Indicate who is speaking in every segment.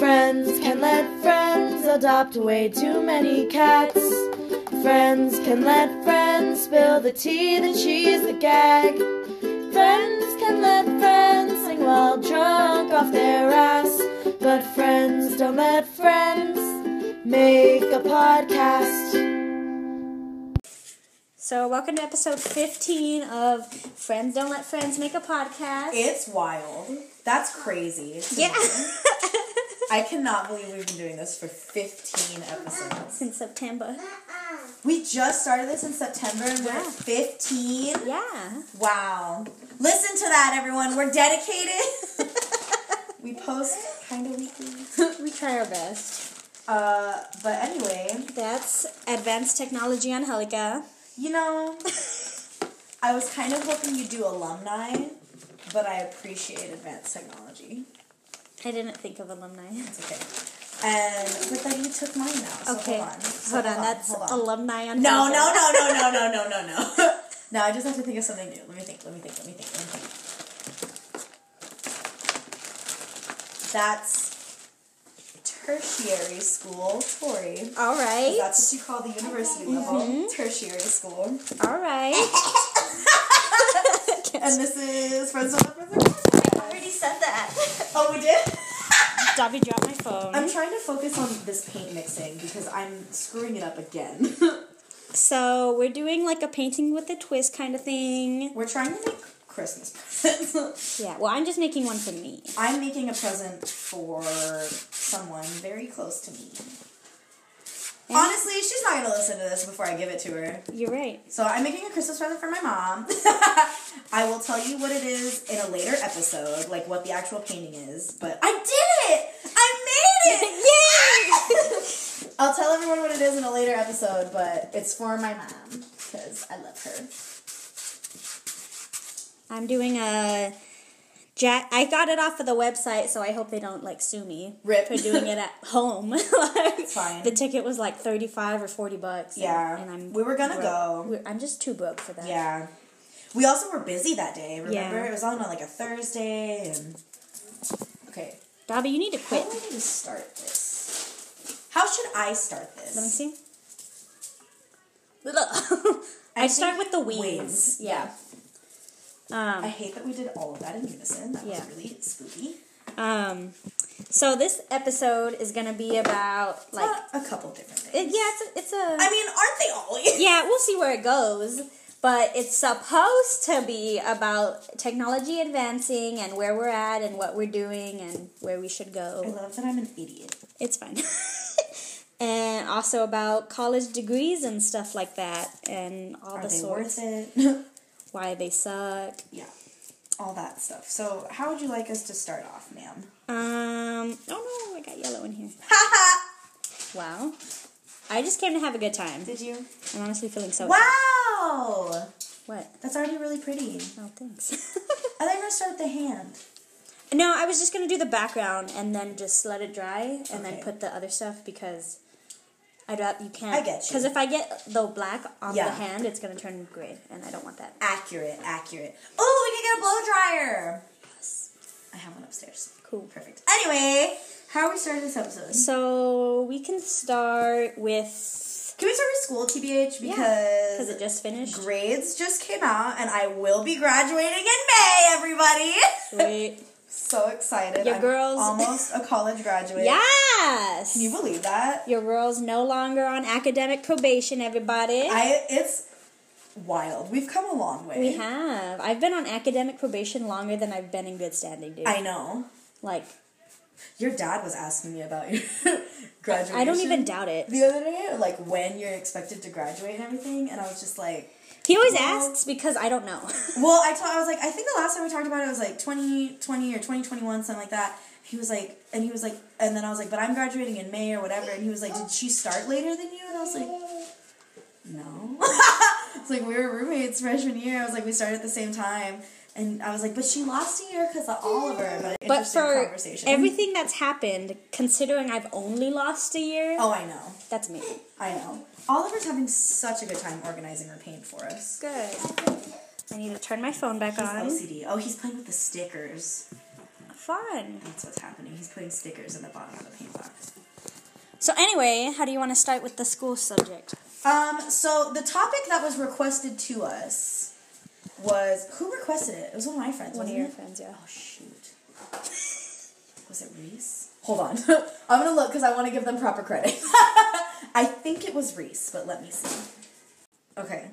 Speaker 1: Friends can let friends adopt way too many cats. Friends can let friends spill the tea, the cheese, the gag. Friends can let friends sing while drunk off their ass. But friends don't let friends make a podcast.
Speaker 2: So, welcome to episode 15 of Friends Don't Let Friends Make a Podcast.
Speaker 3: It's wild. That's crazy.
Speaker 2: yeah.
Speaker 3: I cannot believe we've been doing this for 15 episodes.
Speaker 2: Since September.
Speaker 3: We just started this in September and we're at
Speaker 2: Yeah.
Speaker 3: 15.
Speaker 2: Yeah.
Speaker 3: Wow. Listen to that, everyone. We're dedicated. we post kind of weekly.
Speaker 2: we try our best.
Speaker 3: Uh, but anyway,
Speaker 2: That's Advanced Technology on Helica.
Speaker 3: you know, I was kind of hoping you'd do alumni, but I appreciate advanced technology.
Speaker 2: I didn't think of alumni.
Speaker 3: It's okay. And but then you took mine now. So
Speaker 2: Okay.
Speaker 3: Hold on. So
Speaker 2: Hold on, that's
Speaker 3: hold
Speaker 2: alumni on
Speaker 3: No,
Speaker 2: Helica.
Speaker 3: no, no, no, no, no, no, no, no. no, I just have to think of something new. Let me think, let me think, let me think, let me think. That's tertiary school, Tori.
Speaker 2: All right.
Speaker 3: That's what you call the university level, tertiary school.
Speaker 2: All right.
Speaker 3: And this is Friends with Friends.
Speaker 2: I already said that.
Speaker 3: Oh, we did?
Speaker 2: Dobby dropped my phone.
Speaker 3: I'm trying to focus on this paint mixing because I'm screwing it up again.
Speaker 2: so, we're doing like a painting with a twist kind of thing.
Speaker 3: We're trying to make Christmas presents.
Speaker 2: Yeah. Well, I'm just making one for me.
Speaker 3: I'm making a present for someone very close to me. Honestly, she's not gonna listen to this before I give it to her.
Speaker 2: You're right.
Speaker 3: So I'm making a Christmas present for my mom. I will tell you what it is in a later episode, like what the actual painting is. But I did it! I made it! Yay! I'll tell everyone what it is in a later episode, but it's for my mom because I love her.
Speaker 2: I'm doing a Jack. I got it off of the website, so I hope they don't like sue me
Speaker 3: Rip.
Speaker 2: for doing it at home. like,
Speaker 3: fine.
Speaker 2: The ticket was like thirty five or forty bucks. and-
Speaker 3: Yeah,
Speaker 2: and, I'm
Speaker 3: we were gonna
Speaker 2: broke.
Speaker 3: go.
Speaker 2: We're- I'm just too broke for that.
Speaker 3: Yeah. We also were busy that day, remember?
Speaker 2: Yeah.
Speaker 3: It was on uh, like a Thursday and Okay.
Speaker 2: Dobby, you need to
Speaker 3: How
Speaker 2: quit.
Speaker 3: do I need to start this? How should I start this?
Speaker 2: Let me see. Ugh. I, start
Speaker 3: think
Speaker 2: with the weaves.
Speaker 3: waves.
Speaker 2: Yeah. Um,
Speaker 3: I hate that we did all of that in unison. That
Speaker 2: Yeah.
Speaker 3: was really spooky.
Speaker 2: um, so this episode is gonna be about like
Speaker 3: Like a couple different
Speaker 2: it,
Speaker 3: things.
Speaker 2: yeah, it's a, it's a
Speaker 3: I mean, aren't they always?
Speaker 2: yeah, we'll see where it goes. But it's supposed to be about technology advancing and where we're at and what we're doing and where we should
Speaker 3: I
Speaker 2: go.
Speaker 3: love that I'm an idiot.
Speaker 2: It's fun. and also about college degrees and stuff like that and all
Speaker 3: Are
Speaker 2: the
Speaker 3: they
Speaker 2: sorts.
Speaker 3: worth it?
Speaker 2: Why they suck.
Speaker 3: yeah. All that stuff. So, how would you like us to start off, ma'am?
Speaker 2: Um, oh no, I got yellow in here. wow. I just came to have a good time.
Speaker 3: Did you?
Speaker 2: I'm honestly feeling so.
Speaker 3: Wow!
Speaker 2: What?
Speaker 3: That's already really pretty.
Speaker 2: Oh, thanks.
Speaker 3: I think we're gonna start with the hand.
Speaker 2: No, I was just gonna do the background and then just let it dry and then
Speaker 3: Okay.
Speaker 2: put the other stuff because I'd rather you can't.
Speaker 3: I get you.
Speaker 2: Because if I get the black on the
Speaker 3: Yeah.
Speaker 2: hand, it's gonna turn gray, and I don't want that.
Speaker 3: Accurate, accurate. Oh, we can get a blow dryer. I have one upstairs.
Speaker 2: Cool.
Speaker 3: Perfect. Anyway, how are we starting this episode?
Speaker 2: So we can start with
Speaker 3: Can we start with school, TBH?
Speaker 2: because
Speaker 3: Because
Speaker 2: it just finished.
Speaker 3: grades just came out, and I will be graduating in May. Everybody,
Speaker 2: Great.
Speaker 3: so excited!
Speaker 2: Your
Speaker 3: I'm
Speaker 2: girls-
Speaker 3: almost a college graduate.
Speaker 2: yes.
Speaker 3: Can you believe that?
Speaker 2: Your girl's no longer on academic probation, everybody.
Speaker 3: I it's wild. We've come a long way.
Speaker 2: we have. I've been on academic probation longer than I've been in good standing, dude.
Speaker 3: I know.
Speaker 2: like
Speaker 3: Your dad was asking me about your graduation.
Speaker 2: I don't even doubt it.
Speaker 3: the other day, like when you're expected to graduate and everything, and I was just like,
Speaker 2: He always
Speaker 3: Well-
Speaker 2: asks because I don't know.
Speaker 3: well, I told, I was like, I think the last time we talked about it was like 2020 or 2021, something like that. He was like, and he was like, and then I was like, but I'm graduating in May or whatever, and he was like, did she start later than you? And I was like, no. it's like we were roommates freshman year. I was like, we started at the same time. And I was like, but she lost a year because of Oliver. But,
Speaker 2: But
Speaker 3: interesting
Speaker 2: for
Speaker 3: conversation.
Speaker 2: everything that's happened, considering I've only lost a year,
Speaker 3: oh, I know.
Speaker 2: that's me.
Speaker 3: I know. Oliver's having such a good time organizing her paint for us.
Speaker 2: Good. I need to turn my phone back
Speaker 3: He's
Speaker 2: on.
Speaker 3: OCD. Oh, he's playing with the stickers.
Speaker 2: fun.
Speaker 3: That's what's happening. He's putting stickers in the bottom of the paint box.
Speaker 2: So anyway, how do you want to start with the school subject?
Speaker 3: Um, so the topic that was requested to us was who requested it? It was one of my friends.
Speaker 2: One of
Speaker 3: wasn't
Speaker 2: your
Speaker 3: it?
Speaker 2: friends, yeah.
Speaker 3: Oh shoot. Was it Reese? Hold on. I'm gonna look because I want to give them proper credit. I think it was Reese, but let me see. Okay.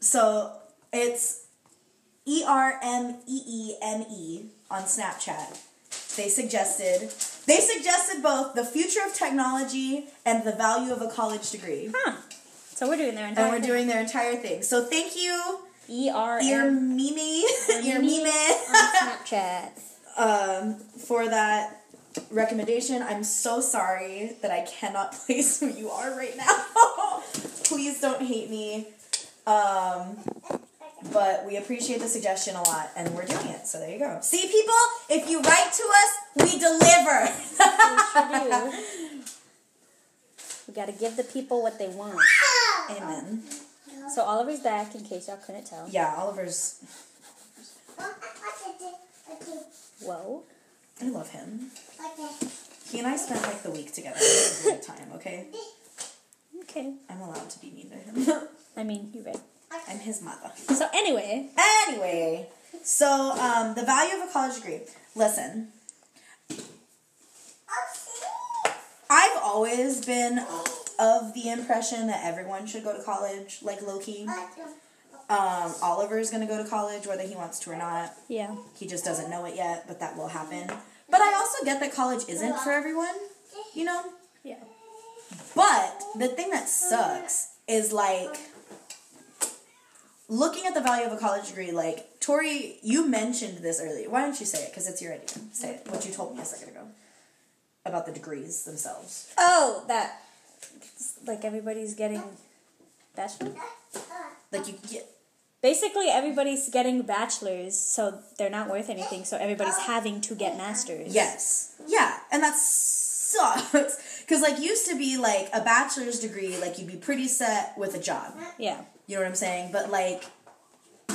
Speaker 3: So it's E R M E E N E on Snapchat. They suggested they suggested both the future of technology and the value of a college degree.
Speaker 2: Huh. So Uh, we're doing their entire
Speaker 3: And we're doing their entire thing. So thank you,
Speaker 2: E R
Speaker 3: Ear
Speaker 2: M
Speaker 3: Mimi, Ear
Speaker 2: Mimi.
Speaker 3: Mimi
Speaker 2: on Snapchat.
Speaker 3: um, for that recommendation. I'm so sorry that I cannot place who you are right now. Please don't hate me. Um, but we appreciate the suggestion a lot, and we're doing it. So there you go. See, people, if you write to us, we deliver.
Speaker 2: We sure do. We gotta give the people what they want.
Speaker 3: Amen.
Speaker 2: So Oliver's back, in case y'all couldn't tell.
Speaker 3: Yeah, Oliver's.
Speaker 2: Whoa.
Speaker 3: I love him. He and I spent like the week together. It was a good time. Okay,
Speaker 2: Okay.
Speaker 3: I'm allowed to be mean to him.
Speaker 2: I mean, you're right.
Speaker 3: I'm his mother.
Speaker 2: So anyway,
Speaker 3: Anyway, so um, the value of a college degree. Listen, I've always been of the impression that everyone should go to college, like Loki. Um, Oliver's gonna go to college, whether he wants to or not.
Speaker 2: yeah.
Speaker 3: He just doesn't know it yet, but that will happen. But I also get that college isn't for everyone, you know?
Speaker 2: Yeah.
Speaker 3: But the thing that sucks is like looking at the value of a college degree. Like Tori, you mentioned this earlier. Why don't you say it? Because it's your idea. Say it. What you told me a second ago about the degrees themselves.
Speaker 2: Oh, that. it's Like everybody's getting bachelor.
Speaker 3: Like you get.
Speaker 2: Basically, everybody's getting bachelors, so they're not worth anything. So everybody's having to get masters.
Speaker 3: Yes. Yeah, and that sucks. Because like used to be like a bachelor's degree, like you'd be pretty set with a job.
Speaker 2: Yeah.
Speaker 3: You know what I'm saying? But like.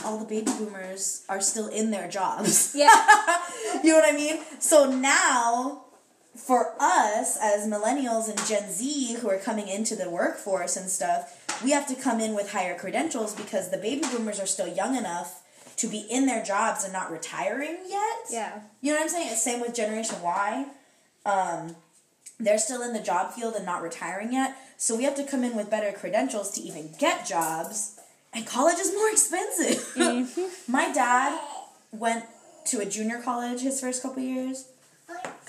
Speaker 3: All the baby boomers are still in their jobs.
Speaker 2: Yeah.
Speaker 3: you know what I mean? So now, for us as millennials and Gen Z who are coming into the workforce and stuff, we have to come in with higher credentials because the baby boomers are still young enough to be in their jobs and not retiring yet.
Speaker 2: Yeah.
Speaker 3: You know what I'm saying? It's same with Generation Y. Um, they're still in the job field and not retiring yet. So we have to come in with better credentials to even get jobs. And college is more expensive.
Speaker 2: Mm-hmm.
Speaker 3: My dad went to a junior college his first couple years.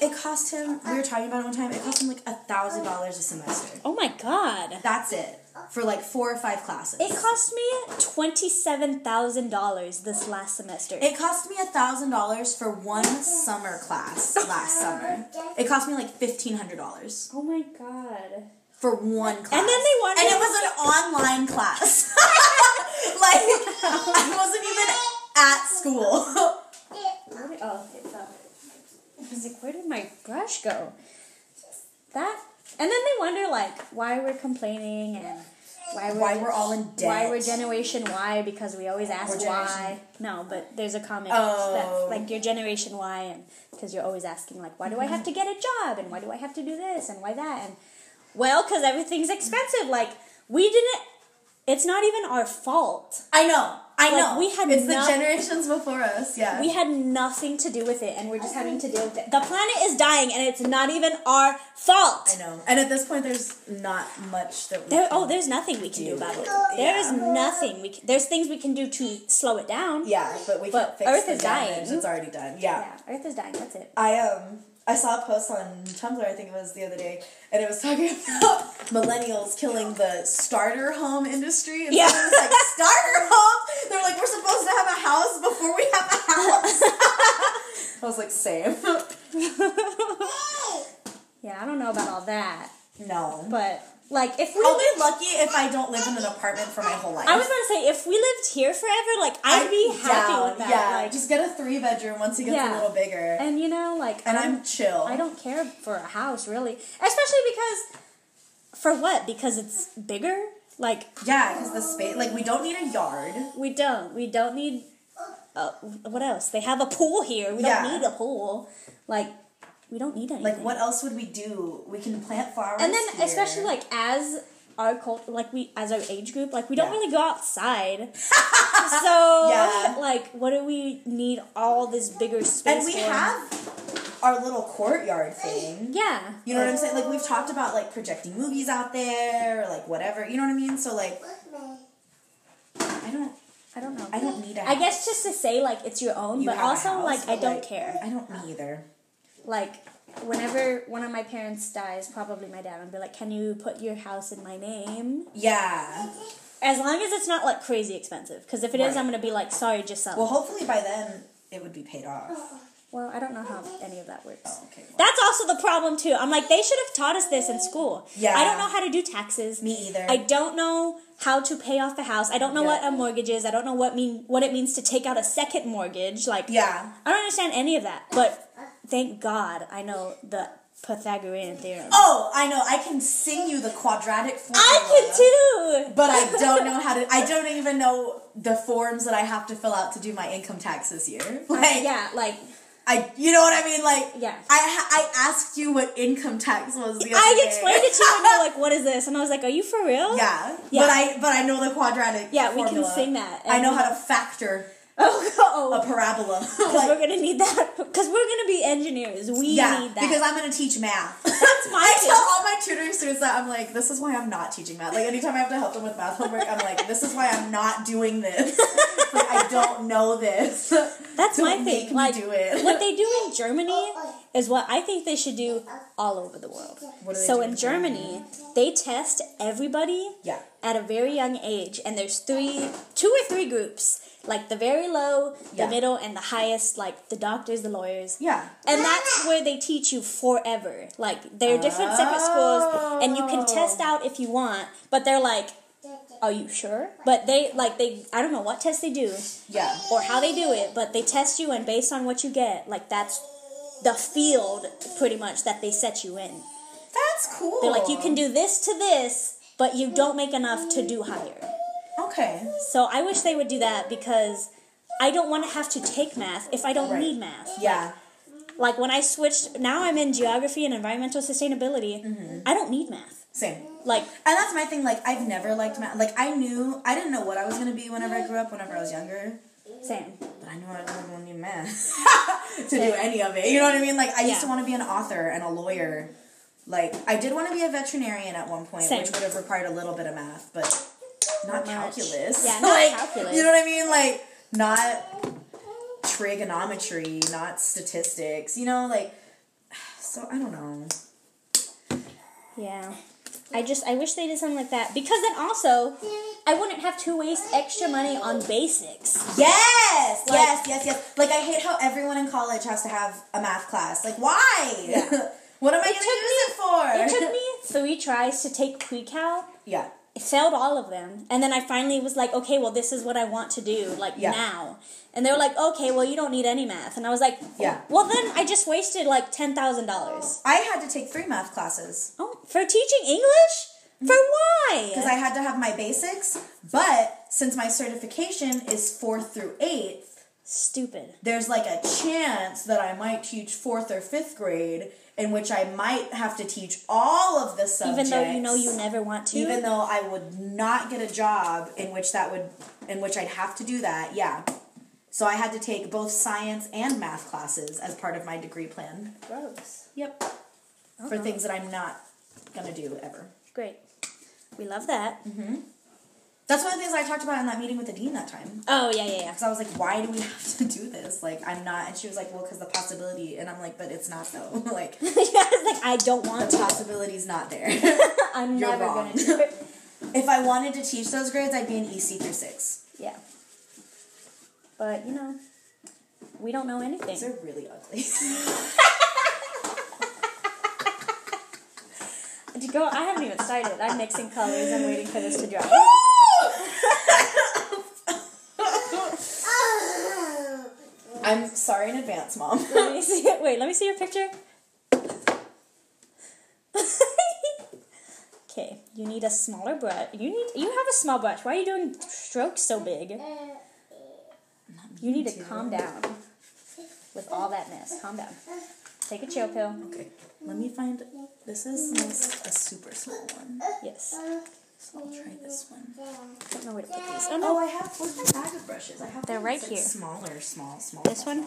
Speaker 3: It cost him, we were talking about it one time, it cost him like a thousand dollars a semester.
Speaker 2: oh my god.
Speaker 3: That's it. For like four or five classes.
Speaker 2: It cost me twenty-seven thousand dollars this last semester.
Speaker 3: It cost me a thousand dollars for one summer class last summer. It cost me like fifteen hundred dollars
Speaker 2: oh my god.
Speaker 3: for one class,
Speaker 2: And then they wanted-
Speaker 3: and it was an online class. like I wasn't even at school.
Speaker 2: Where did, oh, it's up. I was like, where did my brush go? That. And then they wonder like why we're complaining and why we're
Speaker 3: Why we're all in debt?
Speaker 2: why we're Generation Y because we always ask
Speaker 3: We're
Speaker 2: why. No, but there's a comment
Speaker 3: Oh.
Speaker 2: that's like you're Generation Y and because you're always asking like why do I
Speaker 3: Mm-hmm.
Speaker 2: have to get a job and why do I have to do this and why that and well because everything's expensive. Like we didn't. It's not even our fault.
Speaker 3: I know. I
Speaker 2: Like,
Speaker 3: know.
Speaker 2: we had
Speaker 3: it's
Speaker 2: no-
Speaker 3: the generations before us. Yeah.
Speaker 2: We had nothing to do with it, and we're just having to deal with it. The planet is dying, and it's not even our
Speaker 3: I
Speaker 2: fault.
Speaker 3: know. And at this point, there's not much that we.
Speaker 2: There,
Speaker 3: can-
Speaker 2: oh, there's nothing we can do about it. There is nothing we can, there's things we can do to slow it down.
Speaker 3: yeah, but we
Speaker 2: But
Speaker 3: can't fix
Speaker 2: Earth
Speaker 3: the
Speaker 2: is
Speaker 3: damage.
Speaker 2: dying.
Speaker 3: It's already done.
Speaker 2: Yeah, Earth is dying. That's it.
Speaker 3: I um I saw a post on Tumblr I think it was the other day, and it was talking about millennials killing the starter home industry. And
Speaker 2: Yeah.
Speaker 3: someone was like starter homes. They're like we're supposed to have a house before we have a house. I was like same.
Speaker 2: Yeah, I don't know about all that,
Speaker 3: No.
Speaker 2: but like if we,
Speaker 3: I'll be lucky if I don't live in an apartment for my whole life.
Speaker 2: I was about to say if we lived here forever, like I'd
Speaker 3: I'd
Speaker 2: be
Speaker 3: down.
Speaker 2: happy with that.
Speaker 3: Yeah,
Speaker 2: like,
Speaker 3: just get a three bedroom once it gets
Speaker 2: Yeah.
Speaker 3: a little bigger, and,
Speaker 2: and you know, like
Speaker 3: I'm chill.
Speaker 2: I don't care for a house really, especially because for what? Because it's bigger. Like
Speaker 3: yeah, because the space like we don't need a yard.
Speaker 2: we don't. We don't need uh, what else? They have a pool here. We
Speaker 3: Yeah.
Speaker 2: don't need a pool. Like, we don't need anything.
Speaker 3: Like, what else would we do? We can plant flowers.
Speaker 2: and then
Speaker 3: here.
Speaker 2: especially like as our cult like we as our age group like we don't
Speaker 3: Yeah.
Speaker 2: really go outside so
Speaker 3: Yeah.
Speaker 2: like what do we need all this bigger space
Speaker 3: and we
Speaker 2: for?
Speaker 3: have our little courtyard thing.
Speaker 2: yeah
Speaker 3: You know what I'm saying? Like we've talked about like projecting movies out there, or, like whatever. You know what I mean? So like, I don't,
Speaker 2: i don't know
Speaker 3: I don't need. A
Speaker 2: I guess just to say like it's your own
Speaker 3: You
Speaker 2: but
Speaker 3: have a
Speaker 2: also
Speaker 3: house,
Speaker 2: like
Speaker 3: but,
Speaker 2: i don't
Speaker 3: like-
Speaker 2: care
Speaker 3: I don't me either.
Speaker 2: like whenever one of my parents dies probably my dad i'll be like can you put your house in my name
Speaker 3: Yeah.
Speaker 2: as long as it's not like crazy expensive because if it
Speaker 3: Right.
Speaker 2: is, i'm gonna be like sorry just some
Speaker 3: Well,
Speaker 2: well,
Speaker 3: hopefully by then it would be paid off. Oh,
Speaker 2: i don't know how any of that works
Speaker 3: okay.
Speaker 2: That's also the problem too. I'm like, they should have taught us this in school.
Speaker 3: Yeah.
Speaker 2: I don't know how to do taxes.
Speaker 3: Me either.
Speaker 2: I don't know how to pay off a house. I don't know
Speaker 3: Yeah.
Speaker 2: what a mortgage is. I don't know what mean what it means to take out a second mortgage. Like
Speaker 3: yeah.
Speaker 2: I don't understand any of that. But thank God I know the Pythagorean theorem.
Speaker 3: Oh, I know. I can sing you the quadratic formula.
Speaker 2: I can too.
Speaker 3: But I don't know how to. I don't even know the forms that I have to fill out to do my income tax this year. Like,
Speaker 2: yeah, like
Speaker 3: I, you know what I mean? Like,
Speaker 2: Yeah.
Speaker 3: I ha- I asked you what income tax was. The other
Speaker 2: I
Speaker 3: day.
Speaker 2: explained it to you and you're like, what is this? And I was like, Are you for real?
Speaker 3: yeah.
Speaker 2: Yeah.
Speaker 3: but I but I know the quadratic.
Speaker 2: Yeah, we can
Speaker 3: formula.
Speaker 2: sing that.
Speaker 3: I know how to factor
Speaker 2: Oh, oh.
Speaker 3: a parabola.
Speaker 2: Because
Speaker 3: Like,
Speaker 2: we're gonna need that. Because we're gonna be engineers. We
Speaker 3: yeah,
Speaker 2: need that.
Speaker 3: because I'm gonna teach math.
Speaker 2: That's my
Speaker 3: I
Speaker 2: thing.
Speaker 3: tell all my tutoring students that I'm like, this is why I'm not teaching math. Like anytime I have to help them with math homework, I'm like, this is why I'm not doing this. like I don't know this.
Speaker 2: That's
Speaker 3: Don't
Speaker 2: my
Speaker 3: make
Speaker 2: thing.
Speaker 3: me
Speaker 2: Like
Speaker 3: do it. Oh,
Speaker 2: what they do in Germany is what I think they should do all over the world.
Speaker 3: What do they
Speaker 2: so
Speaker 3: do
Speaker 2: in
Speaker 3: in
Speaker 2: Germany, they test everybody
Speaker 3: Yeah.
Speaker 2: at a very young age, and there's three, two or three groups, like the very low, the
Speaker 3: Yeah.
Speaker 2: middle, and the highest, like the doctors, the lawyers.
Speaker 3: Yeah.
Speaker 2: And that's where they teach you forever. Like there are different separate schools, and you can test
Speaker 3: Oh.
Speaker 2: out if you want, but they're like. Are you sure? But they like they I don't know what test they do
Speaker 3: Yeah.
Speaker 2: or how they do it, but they test you and based on what you get, like that's the field pretty much that they set you in.
Speaker 3: That's cool.
Speaker 2: They're like you can do this to this, but you don't make enough to do higher.
Speaker 3: Okay.
Speaker 2: So I wish they would do that because I don't want to have to take math if I don't
Speaker 3: Right.
Speaker 2: need math.
Speaker 3: Yeah.
Speaker 2: Like when I switched, now I'm in geography and environmental sustainability. I don't need math.
Speaker 3: Same.
Speaker 2: Like
Speaker 3: And that's my thing. Like, I've never liked math. Like, I knew I didn't know what I was gonna be whenever I grew up. Whenever I was younger,
Speaker 2: same.
Speaker 3: but I knew I wasn't gonna need math to do any of it. You know what I mean? Like, I used to
Speaker 2: Yeah.
Speaker 3: want to be an author and a lawyer. Like, I did want to be a veterinarian at one point,
Speaker 2: Same.
Speaker 3: which would have required a little bit of math, but not
Speaker 2: Not much.
Speaker 3: calculus.
Speaker 2: Yeah, not
Speaker 3: Like,
Speaker 2: calculus.
Speaker 3: You know what I mean? Like, not trigonometry, not statistics. You know, like. So I don't know.
Speaker 2: Yeah. I just I wish they did something like that because then also I wouldn't have to waste extra money on basics.
Speaker 3: Yes,
Speaker 2: Like-
Speaker 3: yes, yes, yes. Like I hate how everyone in college has to have a math class. Like why?
Speaker 2: Yeah.
Speaker 3: what am I
Speaker 2: It
Speaker 3: gonna
Speaker 2: It
Speaker 3: use it for?
Speaker 2: took me three tries to take pre-cal.
Speaker 3: yeah,
Speaker 2: I failed all of them. And then I finally was like, okay, well, this is what I want to do, like,
Speaker 3: Yeah.
Speaker 2: now. And they were like, okay, well, you don't need any math. And I was like,
Speaker 3: Yeah.
Speaker 2: well, then I just wasted, like, $10,000.
Speaker 3: I had to take three math classes
Speaker 2: Oh, for teaching English? For why?
Speaker 3: because I had to have my basics. But since my certification is fourth through eighth,
Speaker 2: Stupid.
Speaker 3: there's like a chance that I might teach fourth or fifth grade, in which I might have to teach all of the
Speaker 2: Even
Speaker 3: subjects.
Speaker 2: though you know you never want to.
Speaker 3: Even though I would not get a job in which that would, in which I'd have to do that, yeah. So I had to take both science and math classes as part of my degree plan.
Speaker 2: Gross.
Speaker 3: Yep. For things that I'm not gonna do ever.
Speaker 2: Uh-huh. Great. We love that.
Speaker 3: That's one of the things I talked about in that meeting with the dean that time.
Speaker 2: Oh, yeah, yeah, yeah.
Speaker 3: Because I was like, why do we have to do this? Like, I'm not. And she was like, well, because the possibility. And I'm like, but it's not though. like,
Speaker 2: yeah it's like, I don't want
Speaker 3: the
Speaker 2: to.
Speaker 3: possibility's not there.
Speaker 2: I'm
Speaker 3: You're
Speaker 2: never
Speaker 3: wrong.
Speaker 2: going to do it.
Speaker 3: if I wanted to teach those grades, I'd be an EC through six.
Speaker 2: Yeah. But you know, we don't know anything.
Speaker 3: They're really ugly.
Speaker 2: Girl, I haven't even started. I'm mixing colors. I'm waiting for this to dry.
Speaker 3: I'm sorry in advance, mom.
Speaker 2: Let me see it. Wait, let me see your picture. okay, you need a smaller brush. You need. You have a small brush. Why are you doing strokes so big? You need to calm down with all that mess. Calm down. Take a chill pill.
Speaker 3: Okay, let me find. This is a super small one.
Speaker 2: Yes.
Speaker 3: So I'll try this one.
Speaker 2: Don't know where to put these. Oh
Speaker 3: Oh,
Speaker 2: no.
Speaker 3: I have fourteen bag of brushes. I have.
Speaker 2: They're
Speaker 3: one
Speaker 2: right
Speaker 3: that's,
Speaker 2: here.
Speaker 3: Like smaller, small, small.
Speaker 2: This one.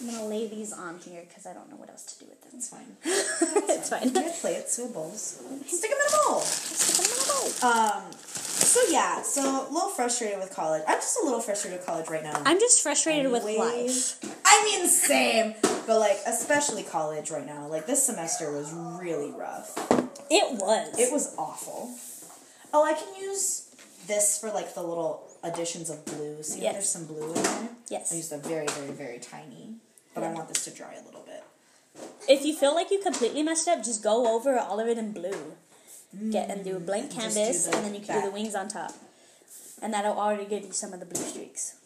Speaker 2: I'm gonna lay these on here because I don't know what else to do with them.
Speaker 3: It's fine.
Speaker 2: it's fine.
Speaker 3: You play it so bowls. Stick them in a bowl.
Speaker 2: I'm
Speaker 3: Um. So yeah. So a little frustrated with college. I'm just a little frustrated with college right now.
Speaker 2: just frustrated with life.
Speaker 3: I mean, same. But like, especially college right now. Like this semester was really rough.
Speaker 2: It was.
Speaker 3: It was awful. Oh, I can use this for like the little additions of blue. See
Speaker 2: Yes.
Speaker 3: if there's some blue in there.
Speaker 2: Yes.
Speaker 3: I used a very, very, very tiny. But I want this to dry a little bit.
Speaker 2: If you feel like you completely messed up, just go over all of it in blue. Get and do a blank
Speaker 3: Mm, just
Speaker 2: canvas,
Speaker 3: do the
Speaker 2: and then you can do the
Speaker 3: back.
Speaker 2: wings on top, and that'll already give you some of the blue streaks.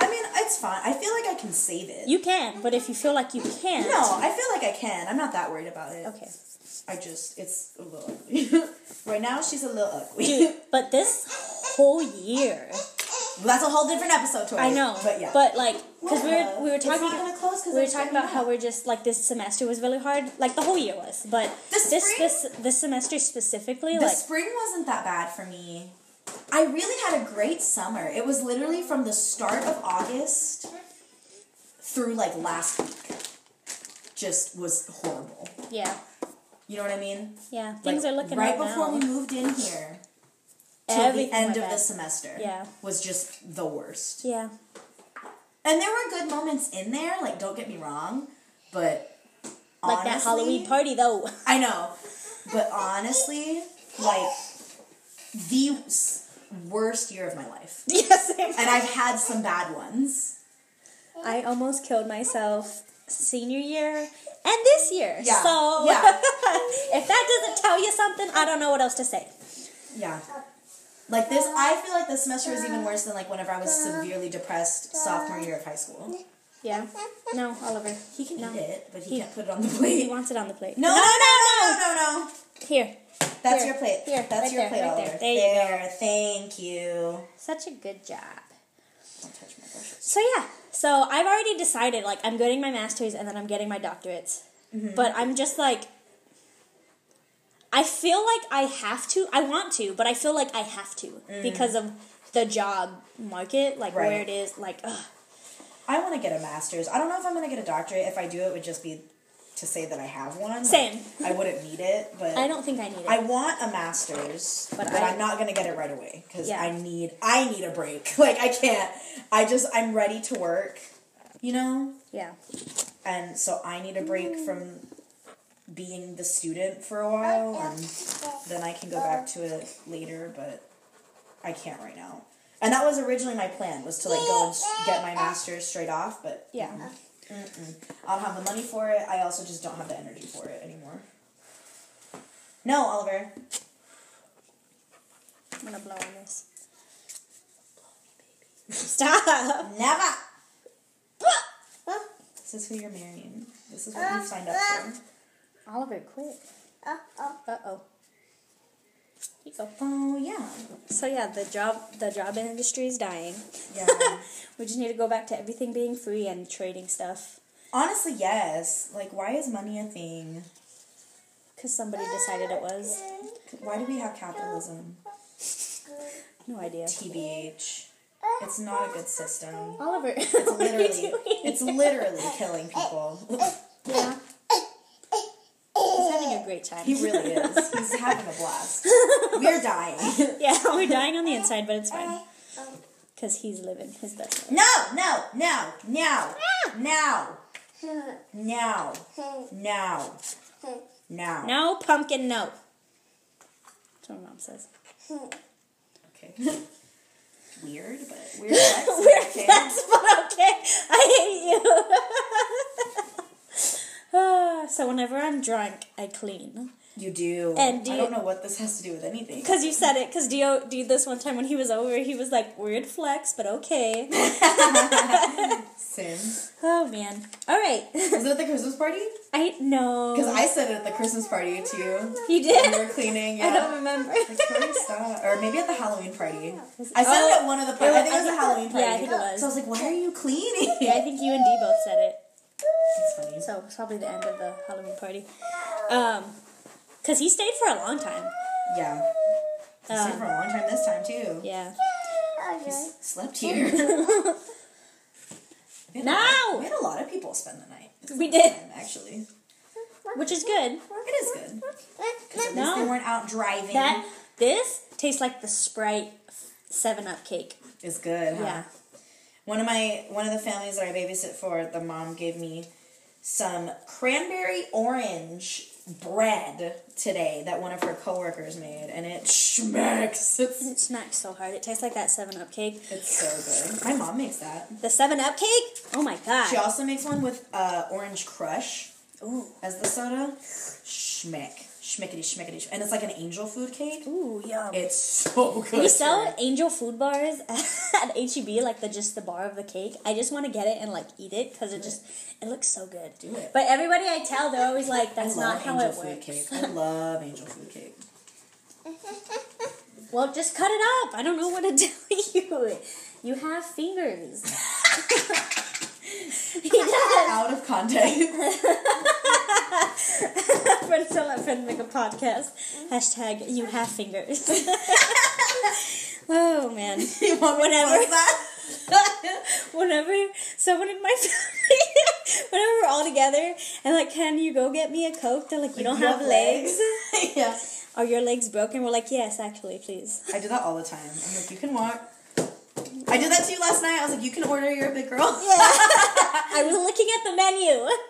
Speaker 3: I mean, it's fine. I feel like I can save it.
Speaker 2: You can, but if you feel like you can't,
Speaker 3: no, I feel like I can. I'm not that worried about it.
Speaker 2: Okay,
Speaker 3: I just, it's a little ugly. right now, she's a little ugly.
Speaker 2: dude. But this whole year,
Speaker 3: That's a whole different episode to it.
Speaker 2: I know.
Speaker 3: But yeah.
Speaker 2: like, because we were we were
Speaker 3: It's
Speaker 2: talking.
Speaker 3: not gonna close 'cause
Speaker 2: we were
Speaker 3: it's
Speaker 2: talking
Speaker 3: gonna
Speaker 2: about
Speaker 3: be
Speaker 2: how
Speaker 3: hot.
Speaker 2: we're just like this semester was really hard. Like the whole year was, but
Speaker 3: The
Speaker 2: this
Speaker 3: spring-
Speaker 2: this this semester specifically,
Speaker 3: the
Speaker 2: like
Speaker 3: spring wasn't that bad for me. I really had a great summer. It was literally from the start of August through like last week. Just was horrible.
Speaker 2: yeah,
Speaker 3: You know what I mean?
Speaker 2: yeah, things
Speaker 3: Like,
Speaker 2: are looking
Speaker 3: right
Speaker 2: right,
Speaker 3: before
Speaker 2: now.
Speaker 3: we moved in here till the
Speaker 2: Everything
Speaker 3: end
Speaker 2: went
Speaker 3: of
Speaker 2: bad.
Speaker 3: the semester.
Speaker 2: Yeah.
Speaker 3: was just the worst.
Speaker 2: Yeah,
Speaker 3: And there were good moments in there. Like, don't get me wrong, but
Speaker 2: like that
Speaker 3: honestly-
Speaker 2: Halloween party though.
Speaker 3: I know. But honestly, like the s- worst year of my life.
Speaker 2: yes,
Speaker 3: And I've had some bad ones.
Speaker 2: I almost killed myself senior year and this year.
Speaker 3: Yeah,
Speaker 2: So
Speaker 3: yeah.
Speaker 2: if that doesn't tell you something, I don't know what else to say.
Speaker 3: Yeah. Like this I feel like this semester was even worse than like whenever I was severely depressed sophomore year of high school.
Speaker 2: Yeah. No, Oliver.
Speaker 3: He can
Speaker 2: No.
Speaker 3: eat it, but he
Speaker 2: He-
Speaker 3: can't put it on the
Speaker 2: He
Speaker 3: plate.
Speaker 2: wants it on the plate.
Speaker 3: No, no, no, no, no, no, no.
Speaker 2: Here.
Speaker 3: That's
Speaker 2: Here,
Speaker 3: your plate.
Speaker 2: here,
Speaker 3: That's
Speaker 2: right
Speaker 3: your
Speaker 2: there,
Speaker 3: plate.
Speaker 2: right
Speaker 3: Oliver.
Speaker 2: there. There you go.
Speaker 3: Thank you.
Speaker 2: Such a good job.
Speaker 3: Don't touch my brushes.
Speaker 2: So yeah. So I've already decided like I'm getting my masters and then I'm getting my doctorates.
Speaker 3: Mm-hmm.
Speaker 2: But I'm just like I feel like I have to. I want to, but I feel like I have to because of the job market, like where
Speaker 3: Mm. Right.
Speaker 2: it is, like ugh.
Speaker 3: I want to get a master's. I don't know if I'm going to get a doctorate. If I do, it would just be to say that I have one. Like,
Speaker 2: Same.
Speaker 3: I wouldn't need it, but
Speaker 2: I don't think I need it.
Speaker 3: I want a master's,
Speaker 2: But
Speaker 3: but,
Speaker 2: I-
Speaker 3: I, am not going to get it right away because
Speaker 2: Yeah.
Speaker 3: I need I need a break. Like I can't. I just I'm ready to work, you know,
Speaker 2: yeah.
Speaker 3: and so I need a break from being the student for a while, and then I can go back to it later. But I can't right now. And that was originally my plan was to like go and s- get my master's straight off, but
Speaker 2: Yeah.
Speaker 3: I don't have the money for it. I also just don't have the energy for it anymore. No, Oliver.
Speaker 2: I'm gonna blow on this. Stop!
Speaker 3: Never. This is who you're marrying. This is what
Speaker 2: Ah,
Speaker 3: you've signed up for.
Speaker 2: Oliver, quit. Uh oh. You go.
Speaker 3: Oh yeah.
Speaker 2: So yeah, the job the job industry is dying.
Speaker 3: Yeah.
Speaker 2: We just need to go back to everything being free and trading stuff.
Speaker 3: Honestly, yes. Like, why is money a thing?
Speaker 2: Cause somebody decided it was.
Speaker 3: Why do we have capitalism?
Speaker 2: No idea.
Speaker 3: TBH. It's not a good system.
Speaker 2: Oliver, it's
Speaker 3: It's
Speaker 2: what are
Speaker 3: literally,
Speaker 2: you doing?
Speaker 3: it's literally killing people.
Speaker 2: yeah. He's having a great time.
Speaker 3: He really is. He's having a blast. We're dying.
Speaker 2: yeah, we're dying on the inside, but it's fine.
Speaker 3: Uh, um,
Speaker 2: Cause he's living his best life.
Speaker 3: No, no, no, now, now, now, now, now.
Speaker 2: No pumpkin, no. That's what my mom says.
Speaker 3: Okay. Weird, but weird flex.
Speaker 2: Weird
Speaker 3: okay.
Speaker 2: flex, but okay. I hate you. Ah, so whenever I'm drunk, I clean.
Speaker 3: You do.
Speaker 2: And do
Speaker 3: I
Speaker 2: you-
Speaker 3: don't know what this has to do with anything.
Speaker 2: Because you said it, because Dio did this one time when he was over, he was like, weird flex, but okay.
Speaker 3: Sin. Was
Speaker 2: oh man. Alright.
Speaker 3: it at the Christmas party?
Speaker 2: I know.
Speaker 3: Because I said it at the Christmas party too.
Speaker 2: He
Speaker 3: When we were
Speaker 2: did?
Speaker 3: cleaning. Yeah.
Speaker 2: I don't remember.
Speaker 3: Like, Corey, stop. Or maybe at the Halloween party. I said
Speaker 2: Oh,
Speaker 3: it at one of the parties. I think it was the Halloween party.
Speaker 2: yeah, I think it was.
Speaker 3: So I was like, why are you cleaning?
Speaker 2: yeah, I think you and Dee both said it.
Speaker 3: It's funny.
Speaker 2: So it's probably the end of the Halloween party. Um, because he stayed for a long time.
Speaker 3: Yeah. He stayed
Speaker 2: Um,
Speaker 3: for a long time this time too.
Speaker 2: Yeah.
Speaker 3: He s- slept here. We had a
Speaker 2: No!
Speaker 3: lot- We had a lot of people spend the night. this
Speaker 2: We did.
Speaker 3: time, Actually.
Speaker 2: Which is good.
Speaker 3: It is good. 'Cause at least
Speaker 2: No.
Speaker 3: they weren't out driving.
Speaker 2: That, this tastes like the Sprite 7 Up cake.
Speaker 3: It's good, huh?
Speaker 2: Yeah.
Speaker 3: One of my one of the families that I babysit for, the mom gave me some cranberry orange bread today that one of her coworkers made, and it smacks. It's,
Speaker 2: It smacks so hard. It tastes like that 7 Up cake.
Speaker 3: it's so good. My mom makes that.
Speaker 2: The 7 Up cake? Oh my god.
Speaker 3: She also makes one with uh, orange crush
Speaker 2: Ooh.
Speaker 3: as the soda. Schmick, schmickety, schmickety, sch- and it's like an angel food cake.
Speaker 2: Ooh, yum.
Speaker 3: It's so good.
Speaker 2: we sell angel food bars at HEB, like the just the bar of the cake. I just want to get it and like eat it because it just it looks so good.
Speaker 3: Do it.
Speaker 2: But everybody I tell, they're always like,
Speaker 3: I
Speaker 2: "That's not
Speaker 3: love
Speaker 2: how
Speaker 3: angel
Speaker 2: it
Speaker 3: food
Speaker 2: works."
Speaker 3: cake. I love angel food cake.
Speaker 2: Well, just cut it up. I don't know what to tell you. You have fingers. he does.
Speaker 3: Out of context.
Speaker 2: Friend, tell a friend make a podcast. Hashtag you have fingers. oh man.
Speaker 3: you want me to
Speaker 2: Whatever.
Speaker 3: close that?
Speaker 2: whenever someone in my family, whenever we're all together, and like, can you go get me a coke? They're like, you don't
Speaker 3: you
Speaker 2: have
Speaker 3: have
Speaker 2: legs.
Speaker 3: yeah.
Speaker 2: Are your legs broken? We're like, yes, actually, please.
Speaker 3: I do that all the time. I'm like, you can walk. I did that to you last night. I was like, you can order. You're a big girl.
Speaker 2: I was looking at the menu.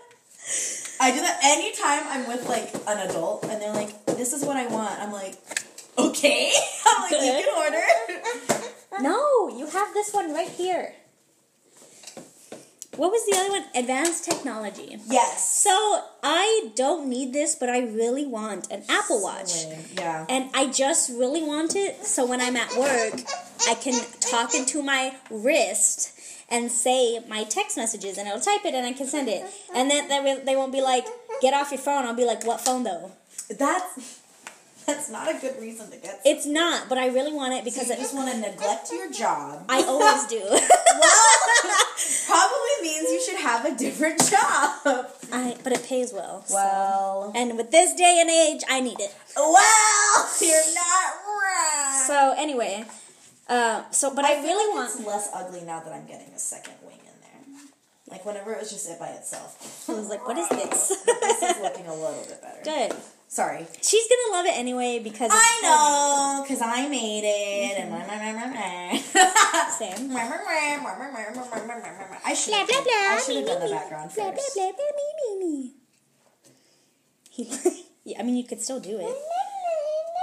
Speaker 3: I do that anytime I'm with like an adult and they're like, this is what I want. I'm like, okay. I'm like, you
Speaker 2: Good.
Speaker 3: can order.
Speaker 2: No, you have this one right here. What was the other one? Advanced technology.
Speaker 3: yes.
Speaker 2: So I don't need this, but I really want an Apple Watch.
Speaker 3: Yeah.
Speaker 2: And I just really want it so when I'm at work, I can talk into my wrist and say my text messages and it'll type it and I can send it. And then they, will, they won't be like, get off your phone. I'll be like, what phone though?
Speaker 3: That's that's not a good reason to get.
Speaker 2: It's not, but I really want it because
Speaker 3: you
Speaker 2: it,
Speaker 3: just want to neglect your job.
Speaker 2: I always do.
Speaker 3: Probably means you should have a different job.
Speaker 2: I, but it pays well. so-
Speaker 3: Well.
Speaker 2: And with this day and age, I need it.
Speaker 3: Well, you're not right.
Speaker 2: So anyway, uh, so but I,
Speaker 3: feel
Speaker 2: really
Speaker 3: like
Speaker 2: want
Speaker 3: It's less ugly now that I'm getting a second wing in there. Like whenever it was just it by itself,
Speaker 2: I was like, what is this?
Speaker 3: this is looking a little bit better.
Speaker 2: Good.
Speaker 3: Sorry.
Speaker 2: She's gonna love it anyway because it's
Speaker 3: I know, cause I made it, and blah, blah, blah, blah, blah.
Speaker 2: her name.
Speaker 3: Blah, blah, blah, blah, blah, blah, blah, blah, blah, blah. I should
Speaker 2: Blah
Speaker 3: have
Speaker 2: blah
Speaker 3: done,
Speaker 2: blah.
Speaker 3: I
Speaker 2: me,
Speaker 3: should have
Speaker 2: me,
Speaker 3: done the
Speaker 2: me.
Speaker 3: background
Speaker 2: Blah blah
Speaker 3: first.
Speaker 2: blah blah me me me. He, yeah, I mean, you could still do it.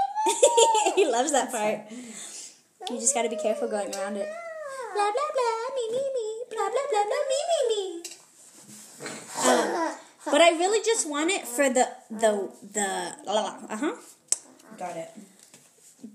Speaker 2: he loves that part. You just got to be careful going around it. Blah blah blah me me me. Blah blah blah blah me me me. Um, but I really just want it for the the the. Uh huh.
Speaker 3: Got it.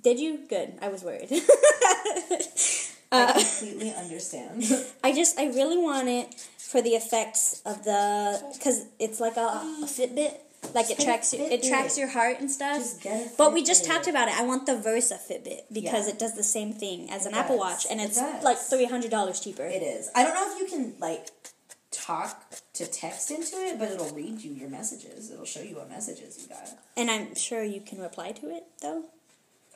Speaker 2: Did you? Good. I was worried.
Speaker 3: I completely understand.
Speaker 2: I just I really want it for the effects of the because it's like a, a Fitbit. Like it tracks your, it tracks your heart and stuff.
Speaker 3: Just get a
Speaker 2: but we just
Speaker 3: Fitbit.
Speaker 2: talked about it. I want the Versa Fitbit because
Speaker 3: Yeah.
Speaker 2: it does the same thing as an
Speaker 3: It
Speaker 2: Apple
Speaker 3: does.
Speaker 2: Watch and
Speaker 3: It
Speaker 2: it's
Speaker 3: does.
Speaker 2: like three hundred dollars cheaper.
Speaker 3: It is. I don't know if you can like talk to text into it, but it'll read you your messages. It'll show you what messages you got.
Speaker 2: and I'm sure you can reply to it though.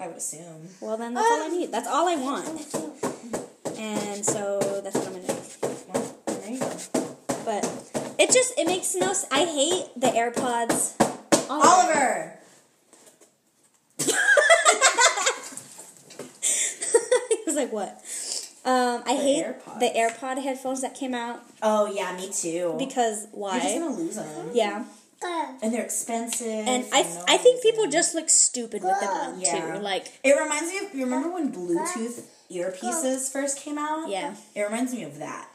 Speaker 3: I would assume.
Speaker 2: Well then that's
Speaker 3: Um,
Speaker 2: all I need. That's all I want. And so that's what I'm gonna do.
Speaker 3: Well, there you go.
Speaker 2: But it just it makes no. s- I hate the AirPods. Oh.
Speaker 3: Oliver.
Speaker 2: He was like, "What?" Um, I
Speaker 3: The
Speaker 2: hate
Speaker 3: AirPods.
Speaker 2: the AirPod headphones that came out
Speaker 3: Oh yeah, me too.
Speaker 2: because
Speaker 3: You're just
Speaker 2: why?
Speaker 3: gonna lose them,
Speaker 2: Yeah,
Speaker 3: and they're expensive.
Speaker 2: and
Speaker 3: for
Speaker 2: I
Speaker 3: no
Speaker 2: I think
Speaker 3: reason.
Speaker 2: people just look stupid with them on
Speaker 3: Yeah.
Speaker 2: too. Like,
Speaker 3: It reminds me of. You remember when Bluetooth earpieces first came out?
Speaker 2: Yeah.
Speaker 3: It reminds me of that.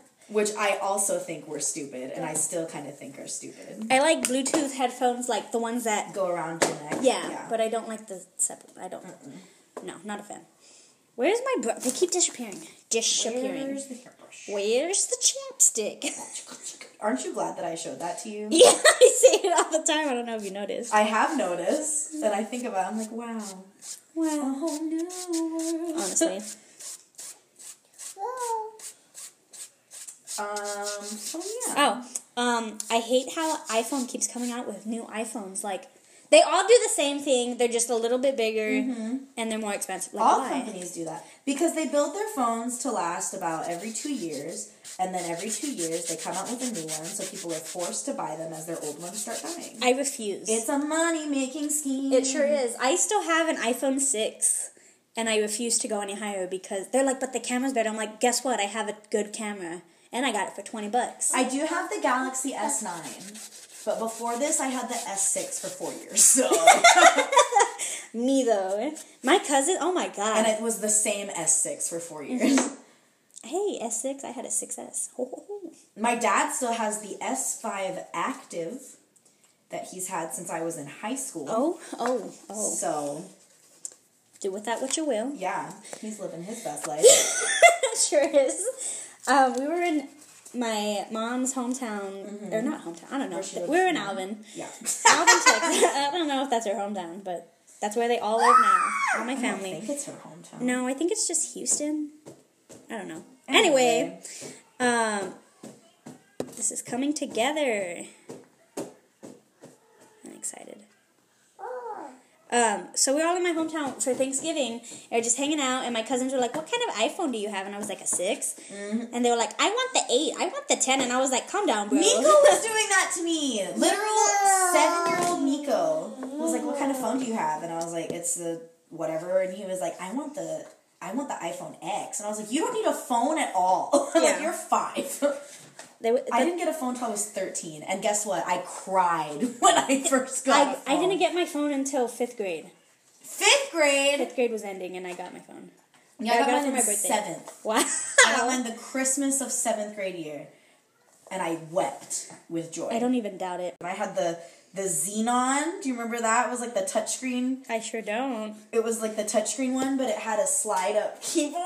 Speaker 3: which I also think were stupid, and I still kind of think are stupid.
Speaker 2: I like Bluetooth headphones, like the ones that.
Speaker 3: Go around your neck.
Speaker 2: Yeah, but I don't like the separate. I don't. No, not a fan. Where's my bro? They keep disappearing. Disappearing.
Speaker 3: Where's the hairbrush?
Speaker 2: Where's the chapstick?
Speaker 3: Aren't you glad that I showed that to you?
Speaker 2: yeah, I say it all the time. I don't know if you noticed.
Speaker 3: I have noticed, and I think about. it, I'm like, wow, wow, whole new world.
Speaker 2: Honestly,
Speaker 3: Um. So yeah.
Speaker 2: oh, um, I hate how iPhone keeps coming out with new iPhones. Like they all do the same thing. They're just a little bit bigger and they're more expensive. Like,
Speaker 3: Mm-hmm. All
Speaker 2: why?
Speaker 3: companies do that because they build their phones to last about every two years, and then every two years they come out with a new one, so people are forced to buy them as their old ones start dying.
Speaker 2: I refuse.
Speaker 3: It's a money making scheme.
Speaker 2: It sure is. I still have an iPhone 6 and I refuse to go any higher because they're like, but the camera's better. I'm like, guess what? I have a good camera and I got it for 20 bucks.
Speaker 3: I do have the Galaxy S9, but before this I had the S6 for four years, so
Speaker 2: Me though. My cousin, oh my god.
Speaker 3: and it was the same S6 for four years.
Speaker 2: Mm-hmm. hey, S6, I had a Oh, 6S. Ho, ho, ho.
Speaker 3: My dad still has the S5 Active that he's had since I was in high school.
Speaker 2: Oh, oh, oh.
Speaker 3: So
Speaker 2: Do with that what you will.
Speaker 3: yeah, he's living his best life.
Speaker 2: sure is. Um, we were in my mom's hometown, or not hometown, I don't know.
Speaker 3: she lives
Speaker 2: We were in
Speaker 3: now.
Speaker 2: Alvin.
Speaker 3: Yeah.
Speaker 2: Alvin, Texas. I don't know if that's her hometown, but that's where they all live now. All my
Speaker 3: I don't
Speaker 2: family.
Speaker 3: think it's her hometown.
Speaker 2: No, I think it's just Houston. I don't know. Anyway, um, this is coming together. I'm excited. Um, so we're all in my hometown for Thanksgiving. And we're just hanging out, and my cousins were like, "What kind of iPhone do you have?" And I was like, "A 6 And they were like, "I want the eight. I want the 10. And I was like, "Calm down, bro."
Speaker 3: Nico was doing that to me. Literal seven year old Nico was like, What kind of phone do you have? And I was like, It's the whatever. And he was like, I want the. I want the iPhone X, and I was like, "You don't need a phone at all. I'm
Speaker 2: Yeah.
Speaker 3: like, you're five.
Speaker 2: They w-
Speaker 3: I
Speaker 2: the-
Speaker 3: didn't get a phone till I was thirteen, and guess what? I cried when I first got.
Speaker 2: I, I didn't get my phone until fifth grade.
Speaker 3: fifth grade.
Speaker 2: Fifth grade was ending, and I got my phone.
Speaker 3: Yeah,
Speaker 2: I
Speaker 3: I got,
Speaker 2: got it
Speaker 3: mine
Speaker 2: for
Speaker 3: in
Speaker 2: my birthday.
Speaker 3: seventh.
Speaker 2: Wow.
Speaker 3: I got mine the Christmas of seventh grade year, and I wept with joy.
Speaker 2: I don't even doubt it.
Speaker 3: I had the the Xenon. Do you remember that? It was like the touchscreen.
Speaker 2: I sure don't.
Speaker 3: It was like the touchscreen one, but it had a slide up keyboard.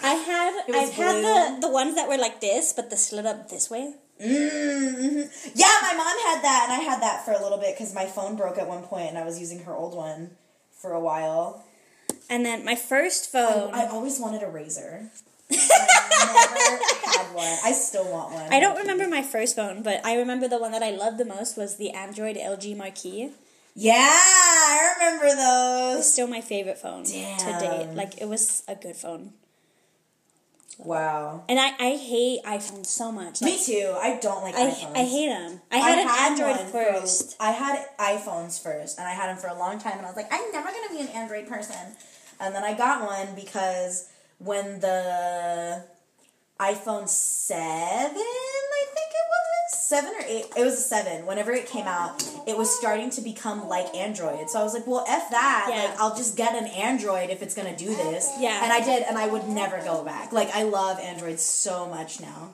Speaker 2: I had
Speaker 3: It was
Speaker 2: I've had the the ones that were like this, but the slid up this way.
Speaker 3: Mm-hmm. Yeah, my mom had that, and I had that for a little bit because my phone broke at one point, and I was using her old one for a while.
Speaker 2: And then my first phone.
Speaker 3: Oh, I always wanted a razor. I never had one. I still want one.
Speaker 2: I don't remember my first phone, but I remember the one that I loved the most was the Android LG Marquee.
Speaker 3: Yeah, I remember those.
Speaker 2: It's still my favorite phone to date.
Speaker 3: Damn.
Speaker 2: Like it was a good phone.
Speaker 3: Wow.
Speaker 2: And I, I hate iPhones so much. Like,
Speaker 3: Me too. I don't like
Speaker 2: I,
Speaker 3: iPhones.
Speaker 2: I hate them. I had an Android
Speaker 3: one for a-
Speaker 2: first.
Speaker 3: I had iPhones first, and I had them for a long time, and I was like, I'm never gonna be an Android person. And then I got one because when the iPhone seven, I think it was seven or eight. It was a seven. Whenever it came out, it was starting to become like Android. So I was like, well, f that.
Speaker 2: Yeah.
Speaker 3: Like, I'll just get an Android if it's gonna do this.
Speaker 2: Yeah.
Speaker 3: And I did, and I would never go back. Like I love Android so much now.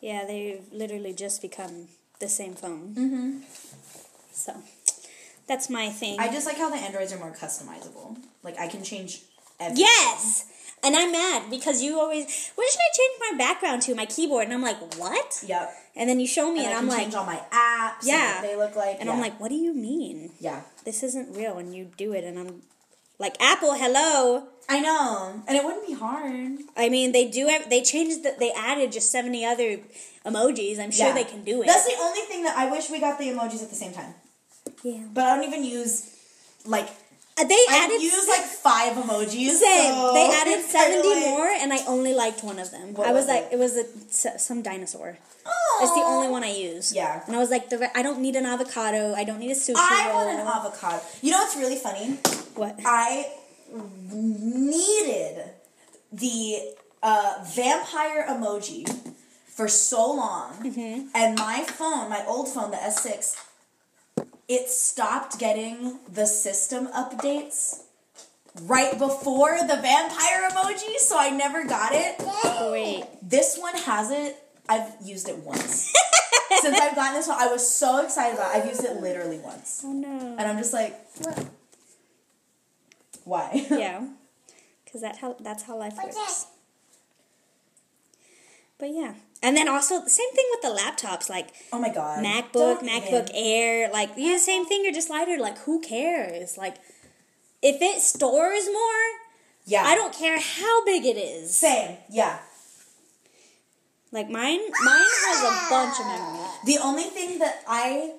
Speaker 2: Yeah, they've literally just become the same phone. Mm-hmm. So that's my thing.
Speaker 3: I just like how the androids are more customizable. Like I can change. Everything.
Speaker 2: Yes! And I'm mad because you always, what should I change my background to? My keyboard. And I'm like, what?
Speaker 3: Yep.
Speaker 2: And then you show me
Speaker 3: And,
Speaker 2: and,
Speaker 3: I can
Speaker 2: I'm like,
Speaker 3: change all my apps. and
Speaker 2: Yeah.
Speaker 3: what they look like.
Speaker 2: and
Speaker 3: yeah.
Speaker 2: I'm like, what do you mean?
Speaker 3: yeah.
Speaker 2: This isn't real. And you do it and I'm like, Apple, hello.
Speaker 3: I know, and it wouldn't be hard.
Speaker 2: I mean, they do, ev- they changed, the, they added just 70 other emojis. I'm sure
Speaker 3: yeah.
Speaker 2: they can do it.
Speaker 3: That's the only thing that I wish we got the emojis at the same time.
Speaker 2: yeah.
Speaker 3: But I don't even use like
Speaker 2: Uh, They
Speaker 3: I
Speaker 2: added,
Speaker 3: use like five emojis.
Speaker 2: same.
Speaker 3: so
Speaker 2: they added
Speaker 3: it's kinda
Speaker 2: 70
Speaker 3: like,
Speaker 2: more and I only liked one of them.
Speaker 3: What
Speaker 2: I was,
Speaker 3: was
Speaker 2: like,
Speaker 3: it?
Speaker 2: it was a, s- some dinosaur.
Speaker 3: "Aw."
Speaker 2: It's the only one I use.
Speaker 3: Uh, Yeah.
Speaker 2: And I was like, the re- I don't need an avocado. I don't need a sushi
Speaker 3: I
Speaker 2: roll.
Speaker 3: want an avocado. You know what's really funny?
Speaker 2: What?
Speaker 3: I needed the uh, vampire emoji for so long,
Speaker 2: Mm-hmm.
Speaker 3: and my phone, my old phone, the S6, it stopped getting the system updates right before the vampire emoji, so I never got it.
Speaker 2: Oh, Wait.
Speaker 3: This one has it. I've used it once. Since I've gotten this one, I was so excited about it. I've used it literally once.
Speaker 2: Oh no.
Speaker 3: And I'm just like, why?
Speaker 2: yeah, because that how that's how life works. But yeah, and then also the same thing with the laptops, like
Speaker 3: oh my god.
Speaker 2: MacBook,
Speaker 3: Don't
Speaker 2: MacBook
Speaker 3: even.
Speaker 2: Air, like yeah, same thing. You're just lighter. Like who cares? Like if it stores more,
Speaker 3: Yeah.
Speaker 2: I don't care how big it is.
Speaker 3: Same. Yeah.
Speaker 2: Like mine, mine has a bunch of memory.
Speaker 3: The only thing that I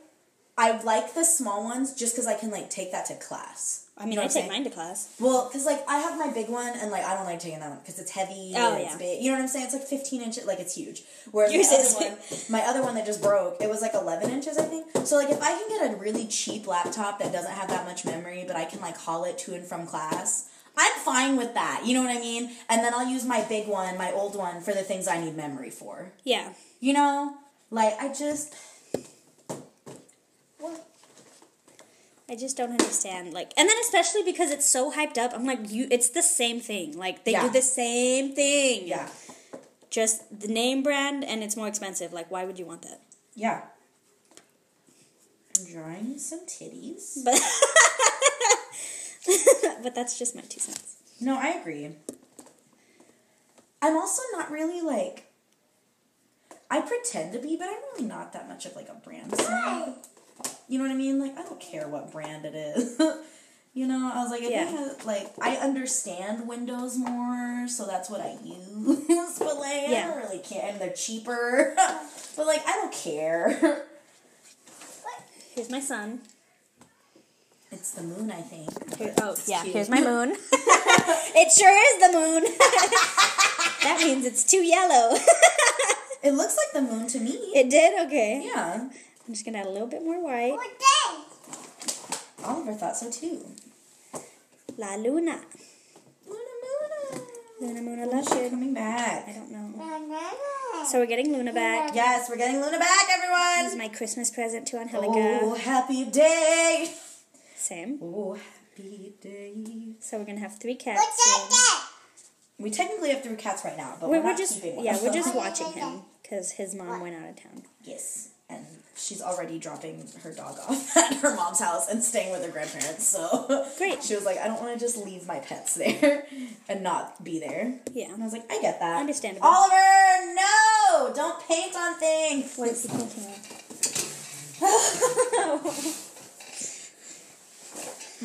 Speaker 3: I like the small ones just because I can like take that to class.
Speaker 2: I mean,
Speaker 3: You know
Speaker 2: I
Speaker 3: what I'm
Speaker 2: take
Speaker 3: saying?
Speaker 2: mine to class.
Speaker 3: Well, because like I have my big one, and like I don't like taking that one because it's heavy.
Speaker 2: Oh,
Speaker 3: and it's
Speaker 2: yeah.
Speaker 3: big. You know what I'm saying? It's like 15 inches, like it's huge. Whereas
Speaker 2: Yours
Speaker 3: my other
Speaker 2: is-
Speaker 3: one, my other one that just broke, it was like 11 inches, I think. So like if I can get a really cheap laptop that doesn't have that much memory, but I can like haul it to and from class. I'm fine with that. You know what I mean? And then I'll use my big one, my old one, for the things I need memory for.
Speaker 2: Yeah,
Speaker 3: You know? Like, I just.
Speaker 2: I just don't understand. Like, and then especially because it's so hyped up, I'm like, you. It's the same thing. Like they
Speaker 3: Yeah.
Speaker 2: do the same thing.
Speaker 3: Yeah.
Speaker 2: Just the name brand, and it's more expensive. Like, why would you want that?
Speaker 3: Yeah. I'm drawing some titties.
Speaker 2: But but that's just my two cents.
Speaker 3: No, I agree. I'm also not really like. I pretend to be, but I'm really not that much of like a brand snob. You know what I mean? Like I don't care what brand it is. you know, I was like, I
Speaker 2: Yeah.
Speaker 3: think I, like I understand Windows more, so that's what I use. but like, I
Speaker 2: Yeah.
Speaker 3: don't really care, and they're cheaper. but like, I don't care.
Speaker 2: Here's my son.
Speaker 3: it's the moon, I think.
Speaker 2: Here- oh yeah.
Speaker 3: cute.
Speaker 2: Here's my moon. it sure is the moon. that means it's too yellow.
Speaker 3: It looks like the moon to me.
Speaker 2: it did. Okay.
Speaker 3: yeah.
Speaker 2: I'm just gonna add a little bit more white.
Speaker 3: Oliver thought so too.
Speaker 2: La Luna.
Speaker 3: Luna Muna.
Speaker 2: Luna Muna La
Speaker 3: She's
Speaker 2: Luna.
Speaker 3: coming
Speaker 2: I
Speaker 3: back.
Speaker 2: don't know. So we're getting Luna back.
Speaker 3: Yes, we're getting Luna back,
Speaker 2: This is
Speaker 3: everyone.
Speaker 2: my Christmas present to Angelica.
Speaker 3: Oh, happy day.
Speaker 2: Same.
Speaker 3: Oh, happy day.
Speaker 2: So we're gonna have three cats. soon.
Speaker 3: We technically have three cats right now, but we're,
Speaker 2: We're, we're
Speaker 3: not
Speaker 2: just
Speaker 3: keeping one.
Speaker 2: yeah, we're just watching him because his mom went out of town.
Speaker 3: yes, and she's already dropping her dog off at her mom's house and staying with her grandparents. So
Speaker 2: Great.
Speaker 3: She was like, I don't want to just leave my pets there and not be there.
Speaker 2: Yeah.
Speaker 3: And I was like, I get that.
Speaker 2: Understandable.
Speaker 3: Oliver, no! Don't paint on things.
Speaker 2: What is he thinking of?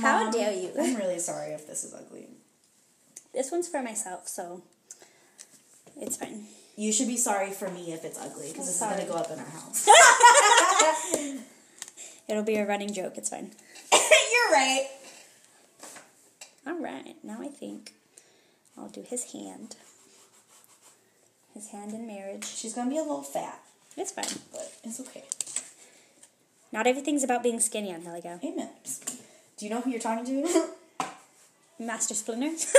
Speaker 2: How
Speaker 3: Mom,
Speaker 2: dare you?
Speaker 3: I'm really sorry if this is ugly.
Speaker 2: This one's for myself, so it's fine.
Speaker 3: You should be sorry for me if it's ugly because this is
Speaker 2: Sorry.
Speaker 3: gonna go up in our house.
Speaker 2: It'll be a running joke. It's fine.
Speaker 3: You're right.
Speaker 2: All right. Now I think I'll do his hand. His hand in marriage.
Speaker 3: She's gonna be a little fat,
Speaker 2: It's fine.
Speaker 3: but it's okay.
Speaker 2: Not everything's about being skinny, Angelica.
Speaker 3: Amen. Do you know who you're talking to?
Speaker 2: Master Splinter.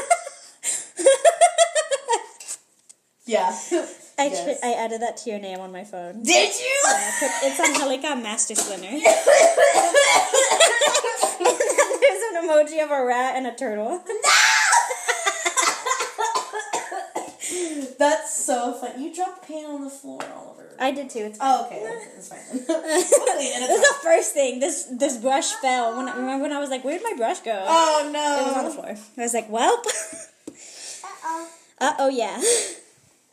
Speaker 3: yeah.
Speaker 2: I,
Speaker 3: Yes.
Speaker 2: tr- I added that to your name on my phone.
Speaker 3: Did you?
Speaker 2: I put- It's Angelica Master Splinter. And then There's an emoji of a rat and a turtle.
Speaker 3: That's so funny. You dropped paint on the floor, Oliver.
Speaker 2: I did too. It's
Speaker 3: Oh, okay. It's fine. We'll clean it
Speaker 2: This is
Speaker 3: up.
Speaker 2: the first thing. This this brush fell. When I, remember when I was like, "Where'd my brush go?"
Speaker 3: oh
Speaker 2: it was on the
Speaker 3: no.
Speaker 2: floor. I was like, "Welp." uh oh, yeah.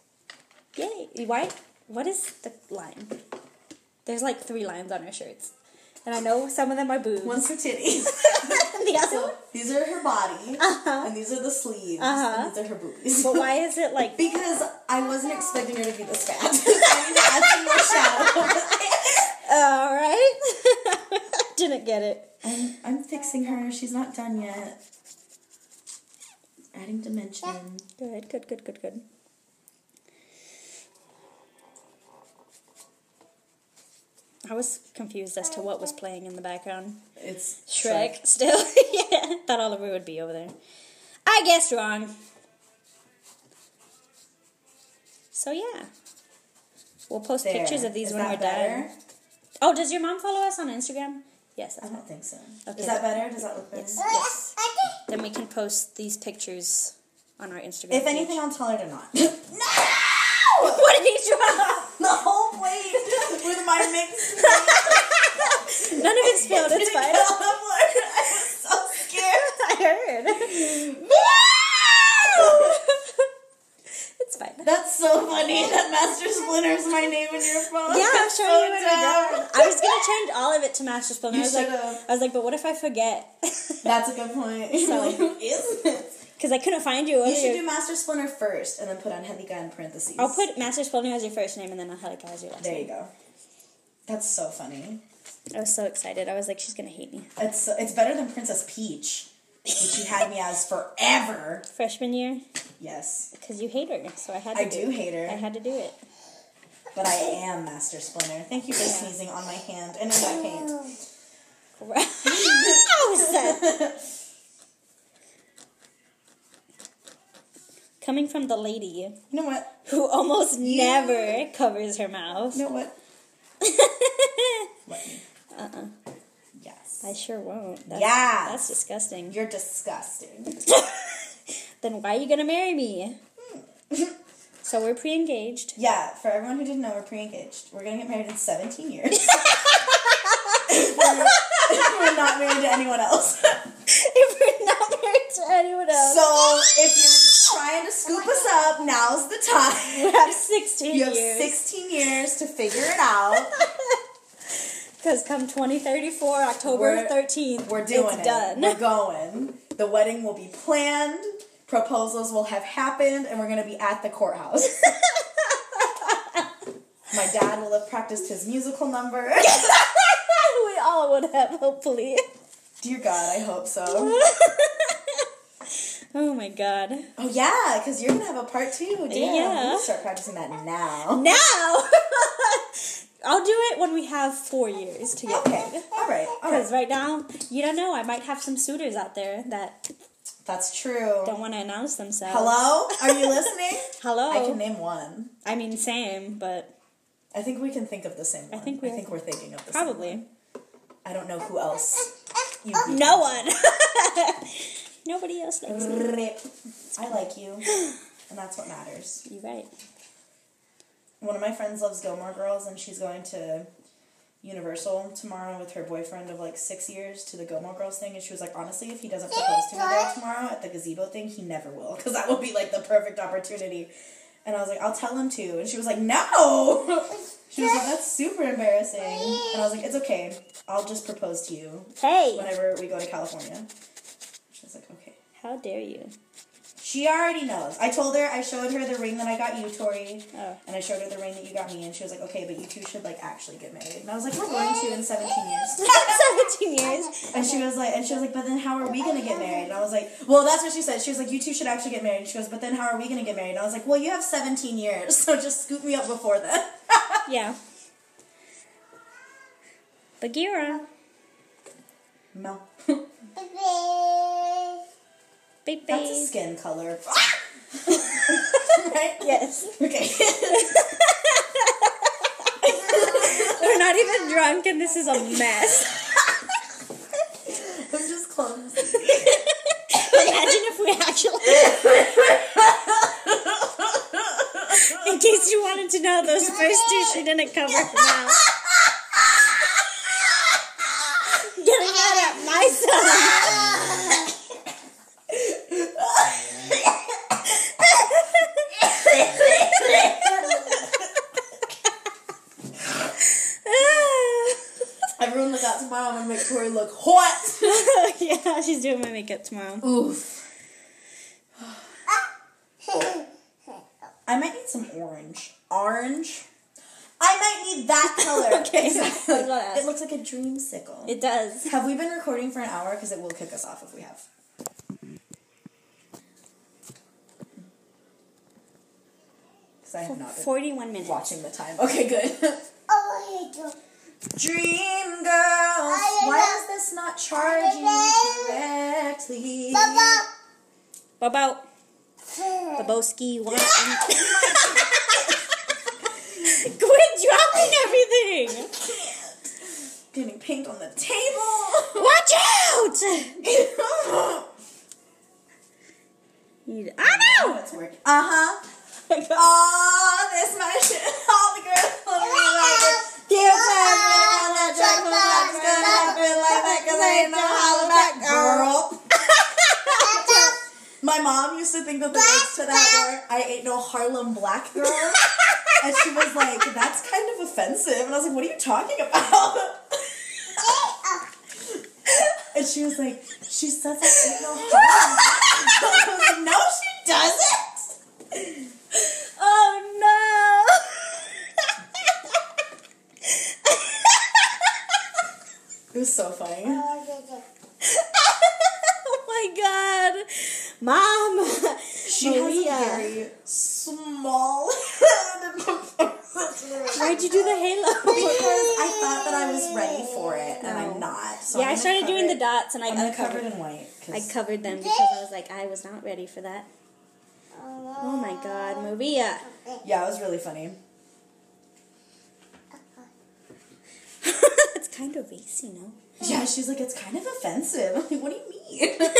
Speaker 2: Yay! Why? What is the line? There's like three lines on her shirts, and I know some of them are boobs.
Speaker 3: One's the titties.
Speaker 2: and the other one.
Speaker 3: so these are her body, and these are the sleeves, and these are her boobies.
Speaker 2: Uh-huh. But why is it like?
Speaker 3: Because I wasn't expecting her to be this fat. I was asking for shadow.
Speaker 2: All right. Didn't get it.
Speaker 3: I'm, I'm fixing her. She's not done yet. Adding dimension.
Speaker 2: Good. Good. Good. Good. Good. I was confused as to what was playing in the background.
Speaker 3: It's
Speaker 2: Shrek still. yeah, thought Oliver would be over there. I guessed wrong. So yeah. We'll post
Speaker 3: There.
Speaker 2: pictures of these
Speaker 3: Is
Speaker 2: when
Speaker 3: that
Speaker 2: we're
Speaker 3: better?
Speaker 2: done. Oh, does your mom follow us on Instagram? Yes,
Speaker 3: I
Speaker 2: that's
Speaker 3: don't think so.
Speaker 2: Okay.
Speaker 3: Is that better? Does that look better?
Speaker 2: Yes. yes. The and we can post these pictures on our Instagram.
Speaker 3: If
Speaker 2: page.
Speaker 3: anything, I'll tell her to not. no!
Speaker 2: what did he drop?
Speaker 3: The whole plate with my mix.
Speaker 2: None of it's spilled. It's fine.
Speaker 3: I was so scared.
Speaker 2: I heard. it's fine.
Speaker 3: That's so funny that Master Splinter's my name in your phone.
Speaker 2: Yeah, I'm
Speaker 3: That's
Speaker 2: sure
Speaker 3: so
Speaker 2: you would have
Speaker 3: dumb.
Speaker 2: done. I was gonna change all of it to Master Splinter.
Speaker 3: You
Speaker 2: I was like,
Speaker 3: should've.
Speaker 2: I was like, but what if I forget?
Speaker 3: That's a good point.
Speaker 2: So-
Speaker 3: Who is this?
Speaker 2: Because I couldn't find you.
Speaker 3: You should
Speaker 2: earlier.
Speaker 3: do Master Splinter first and then put on Helika in parentheses.
Speaker 2: I'll put Master Splinter as your first name and then I'll Helika as your last
Speaker 3: There
Speaker 2: name.
Speaker 3: you go. That's so funny.
Speaker 2: I was so excited. I was like, she's gonna hate me.
Speaker 3: It's so, it's better than Princess Peach, which you had me as forever.
Speaker 2: Freshman year,
Speaker 3: Yes,
Speaker 2: because you hate her, so I had to.
Speaker 3: I do hate
Speaker 2: I
Speaker 3: her,
Speaker 2: had to do it.
Speaker 3: but I am Master Splinter. Thank you for sneezing on my hand and in my paint.
Speaker 2: Gross. Coming from the lady
Speaker 3: You know what?
Speaker 2: who almost never covers her mouth.
Speaker 3: You know what? Let me.
Speaker 2: Uh-uh.
Speaker 3: Yes.
Speaker 2: I sure won't. That's,
Speaker 3: Yeah.
Speaker 2: That's disgusting.
Speaker 3: You're disgusting.
Speaker 2: Then why are you gonna marry me? Hmm. so we're pre-engaged.
Speaker 3: Yeah, for everyone who didn't know, we're pre-engaged. We're gonna get married in 17 years. we're, we're not married to anyone else.
Speaker 2: if we're not married to anyone else,
Speaker 3: So if you're trying to scoop us up, now's the time.
Speaker 2: we have 16
Speaker 3: You have
Speaker 2: years.
Speaker 3: 16 years to figure it out.
Speaker 2: Because come 2034, October
Speaker 3: We're-
Speaker 2: 13th,
Speaker 3: We're doing
Speaker 2: it's
Speaker 3: it.
Speaker 2: done.
Speaker 3: We're going. The wedding will be planned. Proposals will have happened, and we're gonna be at the courthouse. My dad will have practiced his musical number.
Speaker 2: we all would have, hopefully.
Speaker 3: Dear God, I hope so.
Speaker 2: Oh my god.
Speaker 3: Oh yeah, because you're gonna have a part two. Damn,
Speaker 2: Yeah.
Speaker 3: we need to start practicing that now.
Speaker 2: Now! I'll do it when we have four years together.
Speaker 3: Okay, all right, all
Speaker 2: Because
Speaker 3: right.
Speaker 2: right now, you don't know, I might have some suitors out there that
Speaker 3: That's true.
Speaker 2: don't want to announce themselves.
Speaker 3: Hello, are you listening?
Speaker 2: Hello.
Speaker 3: I can name one.
Speaker 2: I mean, same, but
Speaker 3: I think we can think of the same one.
Speaker 2: think we-
Speaker 3: I think we're thinking of the same one.
Speaker 2: probably.
Speaker 3: I don't know who else. You
Speaker 2: No one! Nobody else likes me.
Speaker 3: Rip. I like you, and that's what matters.
Speaker 2: You're right.
Speaker 3: One of my friends loves Gilmore Girls, and she's going to Universal tomorrow with her boyfriend of like six years to the Gilmore Girls thing. And she was like, honestly, if he doesn't propose to me there tomorrow at the gazebo thing, he never will, because that would be like the perfect opportunity. And I was like, I'll tell him to. And she was like, no. She was like, that's super embarrassing. And I was like, it's okay. I'll just propose to you
Speaker 2: Hey!
Speaker 3: whenever we go to California. She was like, okay.
Speaker 2: How dare you?
Speaker 3: She already knows. I told her, I showed her the ring that I got you, Tori.
Speaker 2: Oh.
Speaker 3: And I showed her the ring that you got me, and she was like, okay, but you two should, like, actually get married. And I was like, we're going to in 17 years.
Speaker 2: 17 years.
Speaker 3: And she was like, and she was like, but then how are we gonna get married? And I was like, well, that's what she said. She was like, you two should actually get married. And she goes, but then how are we gonna get married? And I was like, well, you have 17 years, so just scoop me up before then.
Speaker 2: Yeah. Bagheera.
Speaker 3: No.
Speaker 2: Big
Speaker 3: That's a
Speaker 2: baby.
Speaker 3: skin color. right?
Speaker 2: Yes.
Speaker 3: Okay.
Speaker 2: We're not even drunk and this is a mess.
Speaker 3: I'm just clumsy.
Speaker 2: Imagine if we actually. In case you wanted to know, those first two she didn't cover for now. Getting out at myself.
Speaker 3: Everyone look out tomorrow. I'm gonna make Tori look hot.
Speaker 2: yeah, she's doing my makeup tomorrow.
Speaker 3: Oof.
Speaker 2: Oh
Speaker 3: I might need some orange. Orange? I might need that color.
Speaker 2: Okay,
Speaker 3: It's
Speaker 2: I was gonna ask.
Speaker 3: it looks like a dream sickle.
Speaker 2: It does.
Speaker 3: have we been recording for an hour? Because it will kick us off if we have. Because I have not been
Speaker 2: 41 minutes.
Speaker 3: watching the time. Okay, good.
Speaker 4: Oh,
Speaker 3: Dream girls, why is this not charging correctly?
Speaker 2: About
Speaker 4: I
Speaker 2: Baboski one. Quit dropping everything!
Speaker 3: Getting paint on the table.
Speaker 2: Watch out! You- ah
Speaker 3: Now
Speaker 2: no!
Speaker 3: it's working. Uh huh. All this much. All the girls want to be like it. Give back, man, on that track, but that's gonna happen like that, cause I ain't no holler back, girl. My mom used to think that the words to that were, I ain't no Harlem black girl. And she was like, that's kind of offensive. And I was like, what are you talking about? And she was like, she says I ain't no Harlem black girl. I was like, no, she doesn't.
Speaker 2: Oh no!
Speaker 3: It was so funny.
Speaker 2: oh my god, mom!
Speaker 3: She
Speaker 2: Maria,
Speaker 3: has a very small head in comparison to me.
Speaker 2: why'd you do the halo?
Speaker 3: Because I thought that I was ready for it, and I'm not. So
Speaker 2: yeah,
Speaker 3: I'm
Speaker 2: I
Speaker 3: gonna
Speaker 2: started
Speaker 3: cover
Speaker 2: doing the
Speaker 3: it-
Speaker 2: dots and I
Speaker 3: I'm gonna cover
Speaker 2: uncovered.
Speaker 3: it in white. 'cause
Speaker 2: I covered them because I was like, I was not ready for that. Oh my god, Maria!
Speaker 3: yeah, it was really funny.
Speaker 2: it's kind of racy, no?
Speaker 3: Yeah, she's like, it's kind of offensive. I'm like, what do you mean?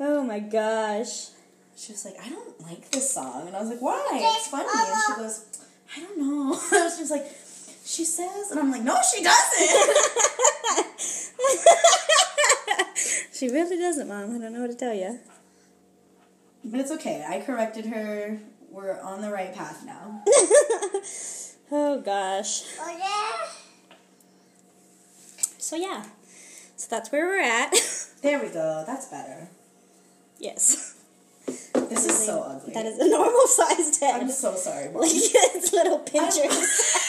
Speaker 2: Oh my gosh.
Speaker 3: She was like, I don't like this song, and I was like, why? It's funny. And she goes, I don't know. she was like, she says, and I'm like, no, she doesn't.
Speaker 2: She really doesn't, Mom. I don't know what to tell you.
Speaker 3: but it's okay. I corrected her. We're on the right path now.
Speaker 2: Oh gosh. So yeah. So that's where we're at.
Speaker 3: There we go. That's better.
Speaker 2: yes.
Speaker 3: This is so ugly.
Speaker 2: That is a normal sized head.
Speaker 3: I'm so sorry. Mom.
Speaker 2: like it's little pinchers.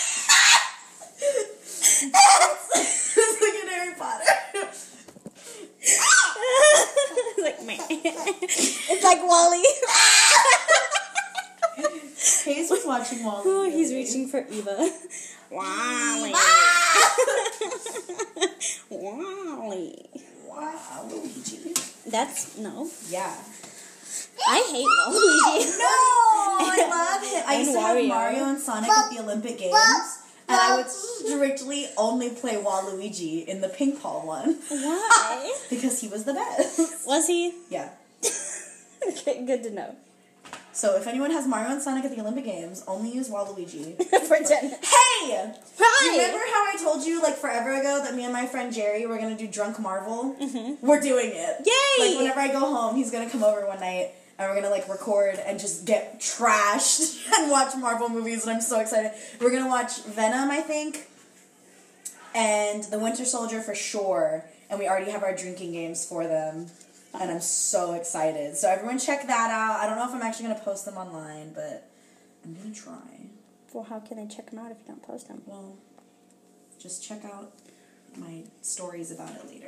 Speaker 3: it's like in Harry Potter. Ah!
Speaker 2: it's like meh. It's like Wally.
Speaker 3: Hayes was watching Wall.
Speaker 2: oh, he's reaching for Eva. Wally. Wally.
Speaker 3: Wow, Luigi.
Speaker 2: That's no.
Speaker 3: Yeah.
Speaker 2: I hate Waluigi.
Speaker 3: No, Oh, I love him. I
Speaker 2: And
Speaker 3: used to have
Speaker 2: Wario.
Speaker 3: Mario and Sonic at the Olympic Games, and I would strictly only play Waluigi in the ping pong one
Speaker 2: Why?
Speaker 3: because he was the best.
Speaker 2: Was he?
Speaker 3: Yeah.
Speaker 2: Okay, good to know.
Speaker 3: So if anyone has Mario and Sonic at the Olympic Games, only use Waluigi.
Speaker 2: For dinner.
Speaker 3: Hey! Remember
Speaker 2: Hi.
Speaker 3: how I told you like forever ago that me and my friend Jerry were gonna do Drunk Marvel? We're doing it.
Speaker 2: Mm-hmm. Yay!
Speaker 3: Like whenever I go home, he's gonna come over one night and we're gonna like record and just get trashed and watch Marvel movies and I'm so excited. We're gonna watch Venom, I think, and The Winter Soldier for sure. And we already have our drinking games for them. And I'm so excited. So everyone check that out. I don't know if I'm actually gonna post them online, but I'm gonna try.
Speaker 2: Well, how can they check them out if you don't post them?
Speaker 3: Well, just check out my stories about it later.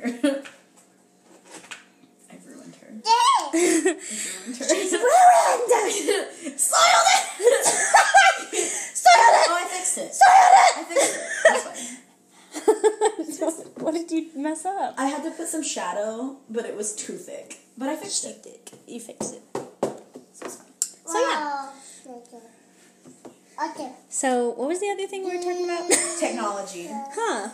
Speaker 3: I've ruined her. Ruined her.
Speaker 2: Soiled it! Soiled
Speaker 3: oh, I fixed
Speaker 2: Soiled
Speaker 3: it. I fixed it. That's fine.
Speaker 2: it! what did you mess up?
Speaker 3: I had to put some shadow, but it was too thick. But I fixed it.
Speaker 2: You fixed it.
Speaker 4: So yeah. Okay.
Speaker 2: So, what was the other thing we were talking about?
Speaker 3: Technology.
Speaker 2: Huh.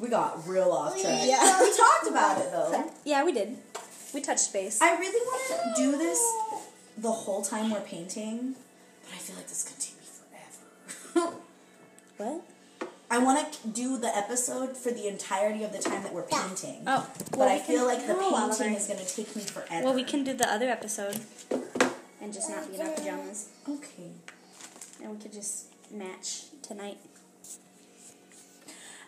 Speaker 3: We got real off track.
Speaker 2: Yeah.
Speaker 3: We talked about it though.
Speaker 2: Yeah, we did. We touched base.
Speaker 3: I really want to do this the whole time we're painting, but I feel like this is gonna take me forever.
Speaker 2: What?
Speaker 3: I want to do the episode for the entirety of the time that we're painting.
Speaker 2: Oh.
Speaker 3: But
Speaker 2: well,
Speaker 3: I
Speaker 2: we
Speaker 3: feel
Speaker 2: can-
Speaker 3: like the
Speaker 2: No, Oliver.
Speaker 3: painting is going to take me forever.
Speaker 2: Well, we can do the other episode and just not be in our pajamas.
Speaker 3: Okay.
Speaker 2: And we could just match tonight.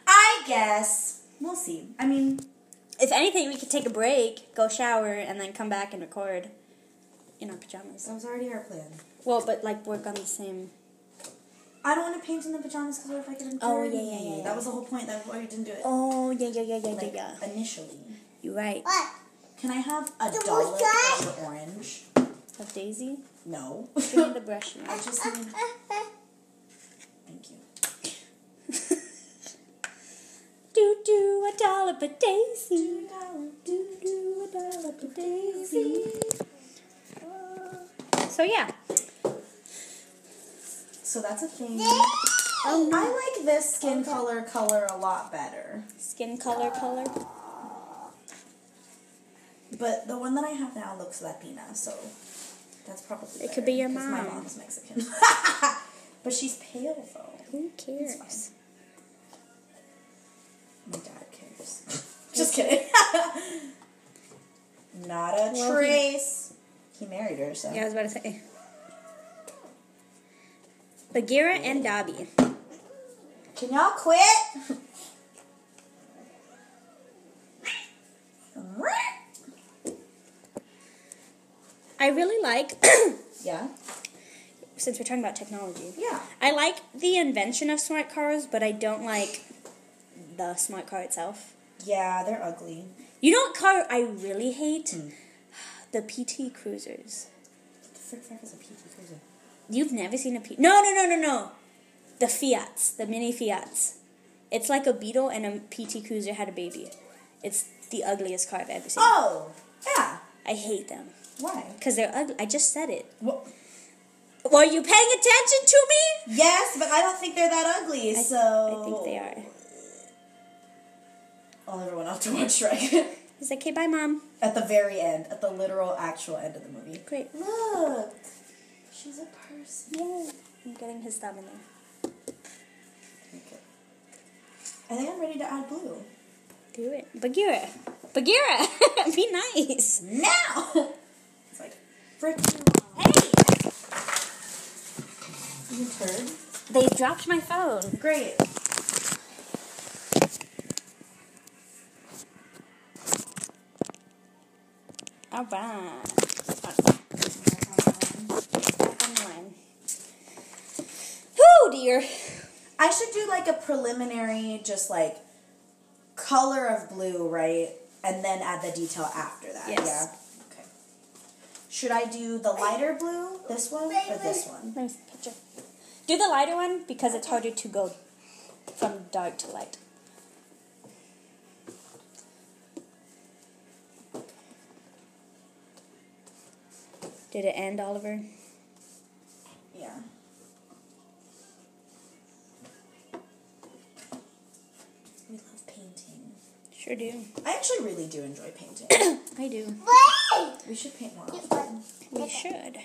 Speaker 3: I guess. We'll see. I mean,
Speaker 2: If anything, we could take a break, go shower, and then come back and record in our pajamas.
Speaker 3: that was already our plan.
Speaker 2: Well, but like work on the same.
Speaker 3: I don't want to paint in the pajamas because what if I get in
Speaker 2: Oh, yeah, yeah, yeah, yeah.
Speaker 3: That was the whole point. That's why we didn't do it.
Speaker 2: Oh yeah yeah yeah yeah
Speaker 3: like, initially.
Speaker 2: You're right.
Speaker 4: What?
Speaker 3: Can I have a
Speaker 4: The
Speaker 3: dollop
Speaker 4: guy?
Speaker 3: of orange?
Speaker 2: Of Daisy,
Speaker 3: No.
Speaker 2: give me the brush now.
Speaker 3: I just need... Thank you.
Speaker 2: do do a dollop of Daisy.
Speaker 3: Do, do, a dollop of daisy.
Speaker 2: So yeah.
Speaker 3: So that's a thing. I like this skin color color a lot better.
Speaker 2: Skin color color.
Speaker 3: But the one that I have now looks Latina, so that's probably
Speaker 2: It
Speaker 3: better,
Speaker 2: could be your
Speaker 3: 'cause My
Speaker 2: mom.
Speaker 3: mom's Mexican, but she's pale though.
Speaker 2: Who
Speaker 3: It's
Speaker 2: cares?
Speaker 3: fine. My dad cares. Just kidding. Not a
Speaker 2: Well, he-
Speaker 3: trace. He, married her, so
Speaker 2: Yeah, I was about to say. Bagheera and Dobby.
Speaker 3: can y'all quit?
Speaker 2: I really like,
Speaker 3: yeah.
Speaker 2: since we're talking about technology,
Speaker 3: Yeah.
Speaker 2: I like the invention of smart cars, but I don't like the smart car itself.
Speaker 3: Yeah, they're ugly.
Speaker 2: You know what car I really hate? The PT Cruisers.
Speaker 3: What the frick frick is a PT cruiser?
Speaker 2: You've never seen a P. No, no, no, no, no. The Fiats, the mini Fiats. It's like a Beetle and a PT Cruiser had a baby. It's the ugliest car I've ever seen.
Speaker 3: Oh, yeah.
Speaker 2: I hate them
Speaker 3: Why?
Speaker 2: because they're ugly. I just said it.
Speaker 3: Well,
Speaker 2: Were you paying attention to me?
Speaker 3: yes, but I don't think they're that ugly.
Speaker 2: I-
Speaker 3: so
Speaker 2: I think they are.
Speaker 3: I'll never want to watch Shrek.
Speaker 2: He's like, okay, bye, mom.
Speaker 3: at the very end, at the literal actual end of the movie.
Speaker 2: Great.
Speaker 3: Look, she's a person.
Speaker 2: Yay. I'm getting his thumb in there.
Speaker 3: Okay. I think I'm ready to add blue
Speaker 2: Do it. Bagheera. Bagheera. Be nice.
Speaker 3: now. it's like frick you,
Speaker 2: Hey,
Speaker 3: you turd.
Speaker 2: they dropped my phone.
Speaker 3: Great.
Speaker 2: All right. Online. Oh dear.
Speaker 3: I should do like a preliminary, just like color of blue, right? And then add the detail after that.
Speaker 2: Yes.
Speaker 3: Yeah. Okay. Should I do the lighter blue, this one, or this one?
Speaker 2: Let me see the picture. Do the lighter one because it's harder to go from dark to light. Did it end, Oliver?
Speaker 3: Yeah. We love painting.
Speaker 2: Sure do.
Speaker 3: I actually really do enjoy painting.
Speaker 2: I do.
Speaker 4: Wait!
Speaker 3: we should paint more.
Speaker 4: Get
Speaker 3: often.
Speaker 4: one.
Speaker 2: We should.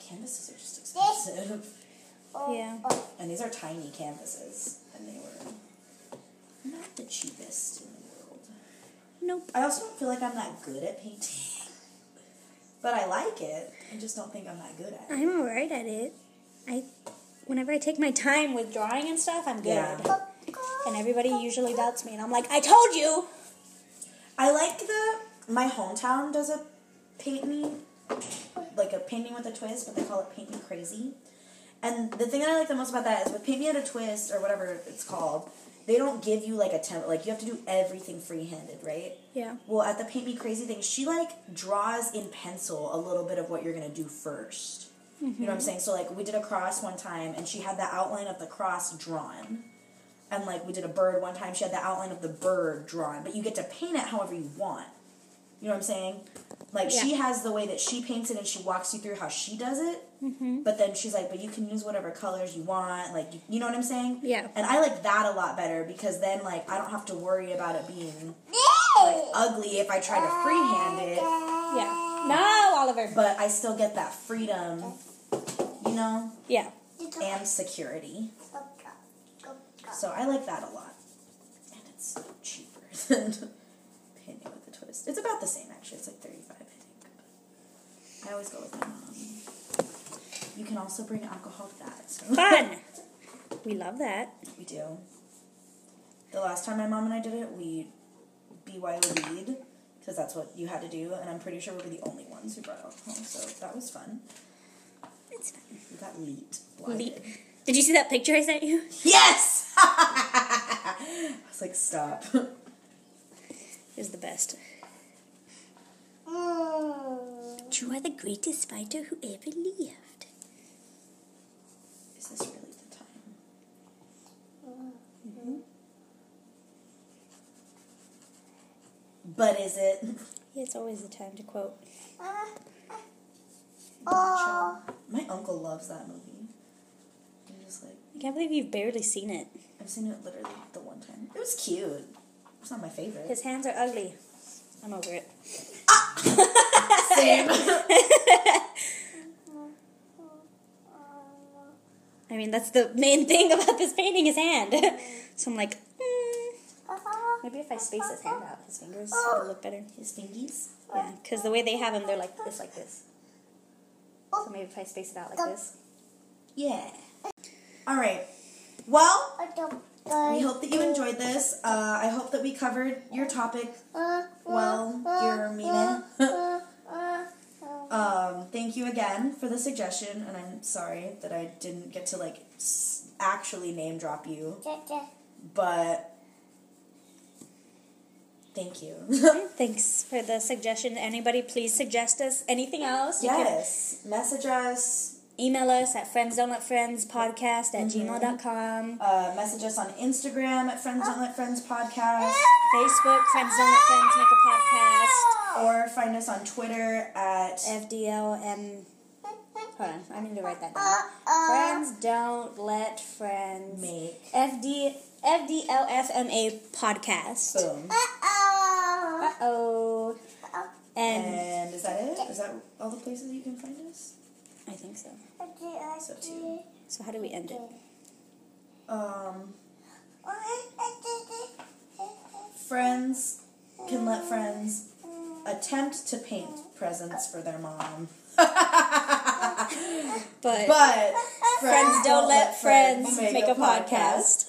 Speaker 3: Canvases are just expensive.
Speaker 4: Oh,
Speaker 2: Yeah.
Speaker 4: oh.
Speaker 3: And these are tiny canvases. And they were not the cheapest in the world.
Speaker 2: Nope.
Speaker 3: I also don't feel like I'm that good at painting. But I like it. I just don't think I'm that good at it.
Speaker 2: I'm alright at it. I, whenever I take my time with drawing and stuff, I'm good.
Speaker 3: Yeah.
Speaker 2: And everybody usually doubts me, and I'm like, I told you.
Speaker 3: I like the my hometown does a paint me like a painting with a twist, but they call it paint me crazy. And the thing that I like the most about that is with paint me at a twist or whatever it's called, they don't give you like a template. Like you have to do everything free-handed, right?
Speaker 2: Yeah.
Speaker 3: Well, at the paint me crazy thing, she like draws in pencil a little bit of what you're gonna do 1st You know what I'm saying? So like we did a cross one time, and she had the outline of the cross drawn and like we did a bird one time she had the outline of the bird drawn but you get to paint it however you want you know what i'm saying like she
Speaker 2: Yeah.
Speaker 3: has the way that she paints it and she walks you through how she does it
Speaker 2: Mm-hmm.
Speaker 3: but then she's like but you can use whatever colors you want like you, you know what i'm saying
Speaker 2: Yeah.
Speaker 3: and i like that a lot better because then like i don't have to worry about it being like
Speaker 4: Yay!
Speaker 3: ugly if i try to freehand it
Speaker 2: Yeah. No, Oliver.
Speaker 3: but i still get that freedom you know
Speaker 2: Yeah.
Speaker 4: It's a-
Speaker 3: and security
Speaker 4: Go, go, go, go.
Speaker 3: So I like that a lot. And it's cheaper than Painting with a Twist. It's about the same, actually. It's like 35 I think. I always go with my mom. You can also bring alcohol to that. So.
Speaker 2: Fun. we love that.
Speaker 3: we do. The last time my mom and I did it, we BYO'd weed, because that's what you had to do, and I'm pretty sure we were the only ones who brought alcohol, so that was fun.
Speaker 2: It's fun.
Speaker 3: We got leet.
Speaker 2: Leap.
Speaker 3: blinded.
Speaker 2: Did you see that picture I sent you?
Speaker 3: Yes! I was like, stop.
Speaker 2: It was the best.
Speaker 4: Mm.
Speaker 2: You are the greatest fighter who ever lived.
Speaker 3: Is this really the time? Mm-hmm. But is it?
Speaker 2: Yeah, it's always the time to quote.
Speaker 4: Ah, ah. Oh.
Speaker 3: My uncle loves that movie. I'm just like,
Speaker 2: I can't believe you've barely seen it.
Speaker 3: I've seen it literally the one time. It was cute. It's not my favorite.
Speaker 2: His hands are ugly. I'm over it.
Speaker 3: Same.
Speaker 2: I mean, that's the main thing about this painting, his hand. so I'm like, mm, maybe if I space his hand out, his fingers, it'll look better.
Speaker 3: His fingies.
Speaker 2: Yeah, because the way they have them, they're like this, like this. So maybe if I space it out like this.
Speaker 3: Yeah. All right. Well, we
Speaker 4: Well,
Speaker 3: hope that you enjoyed this. Uh, I hope that we covered your topic well, your meaning. um, thank you again for the suggestion, and I'm sorry that I didn't get to like s- actually name drop you, but thank you.
Speaker 2: Thanks for the suggestion. Anybody, please suggest us anything else. You can
Speaker 3: yes, message us.
Speaker 2: email us at friends don't let friends podcast at gmail.com.
Speaker 3: Uh, message us on Instagram at Friends Don't Let Friends Podcast,
Speaker 2: Facebook, friends don't let friends make a podcast.
Speaker 3: or find us on Twitter at
Speaker 2: FDLM. Hold on, I need to write that down. Friends don't let friends
Speaker 3: Make.
Speaker 2: FD FDLFMA podcast.
Speaker 3: Boom.
Speaker 2: Uh oh. And
Speaker 3: And is that it? Is that all the places you can find us?
Speaker 2: I think so.
Speaker 3: So too.
Speaker 2: So how do we end it?
Speaker 3: Um, friends can let friends attempt to paint presents for their mom.
Speaker 2: But,
Speaker 3: But
Speaker 2: friends don't let friends make a podcast.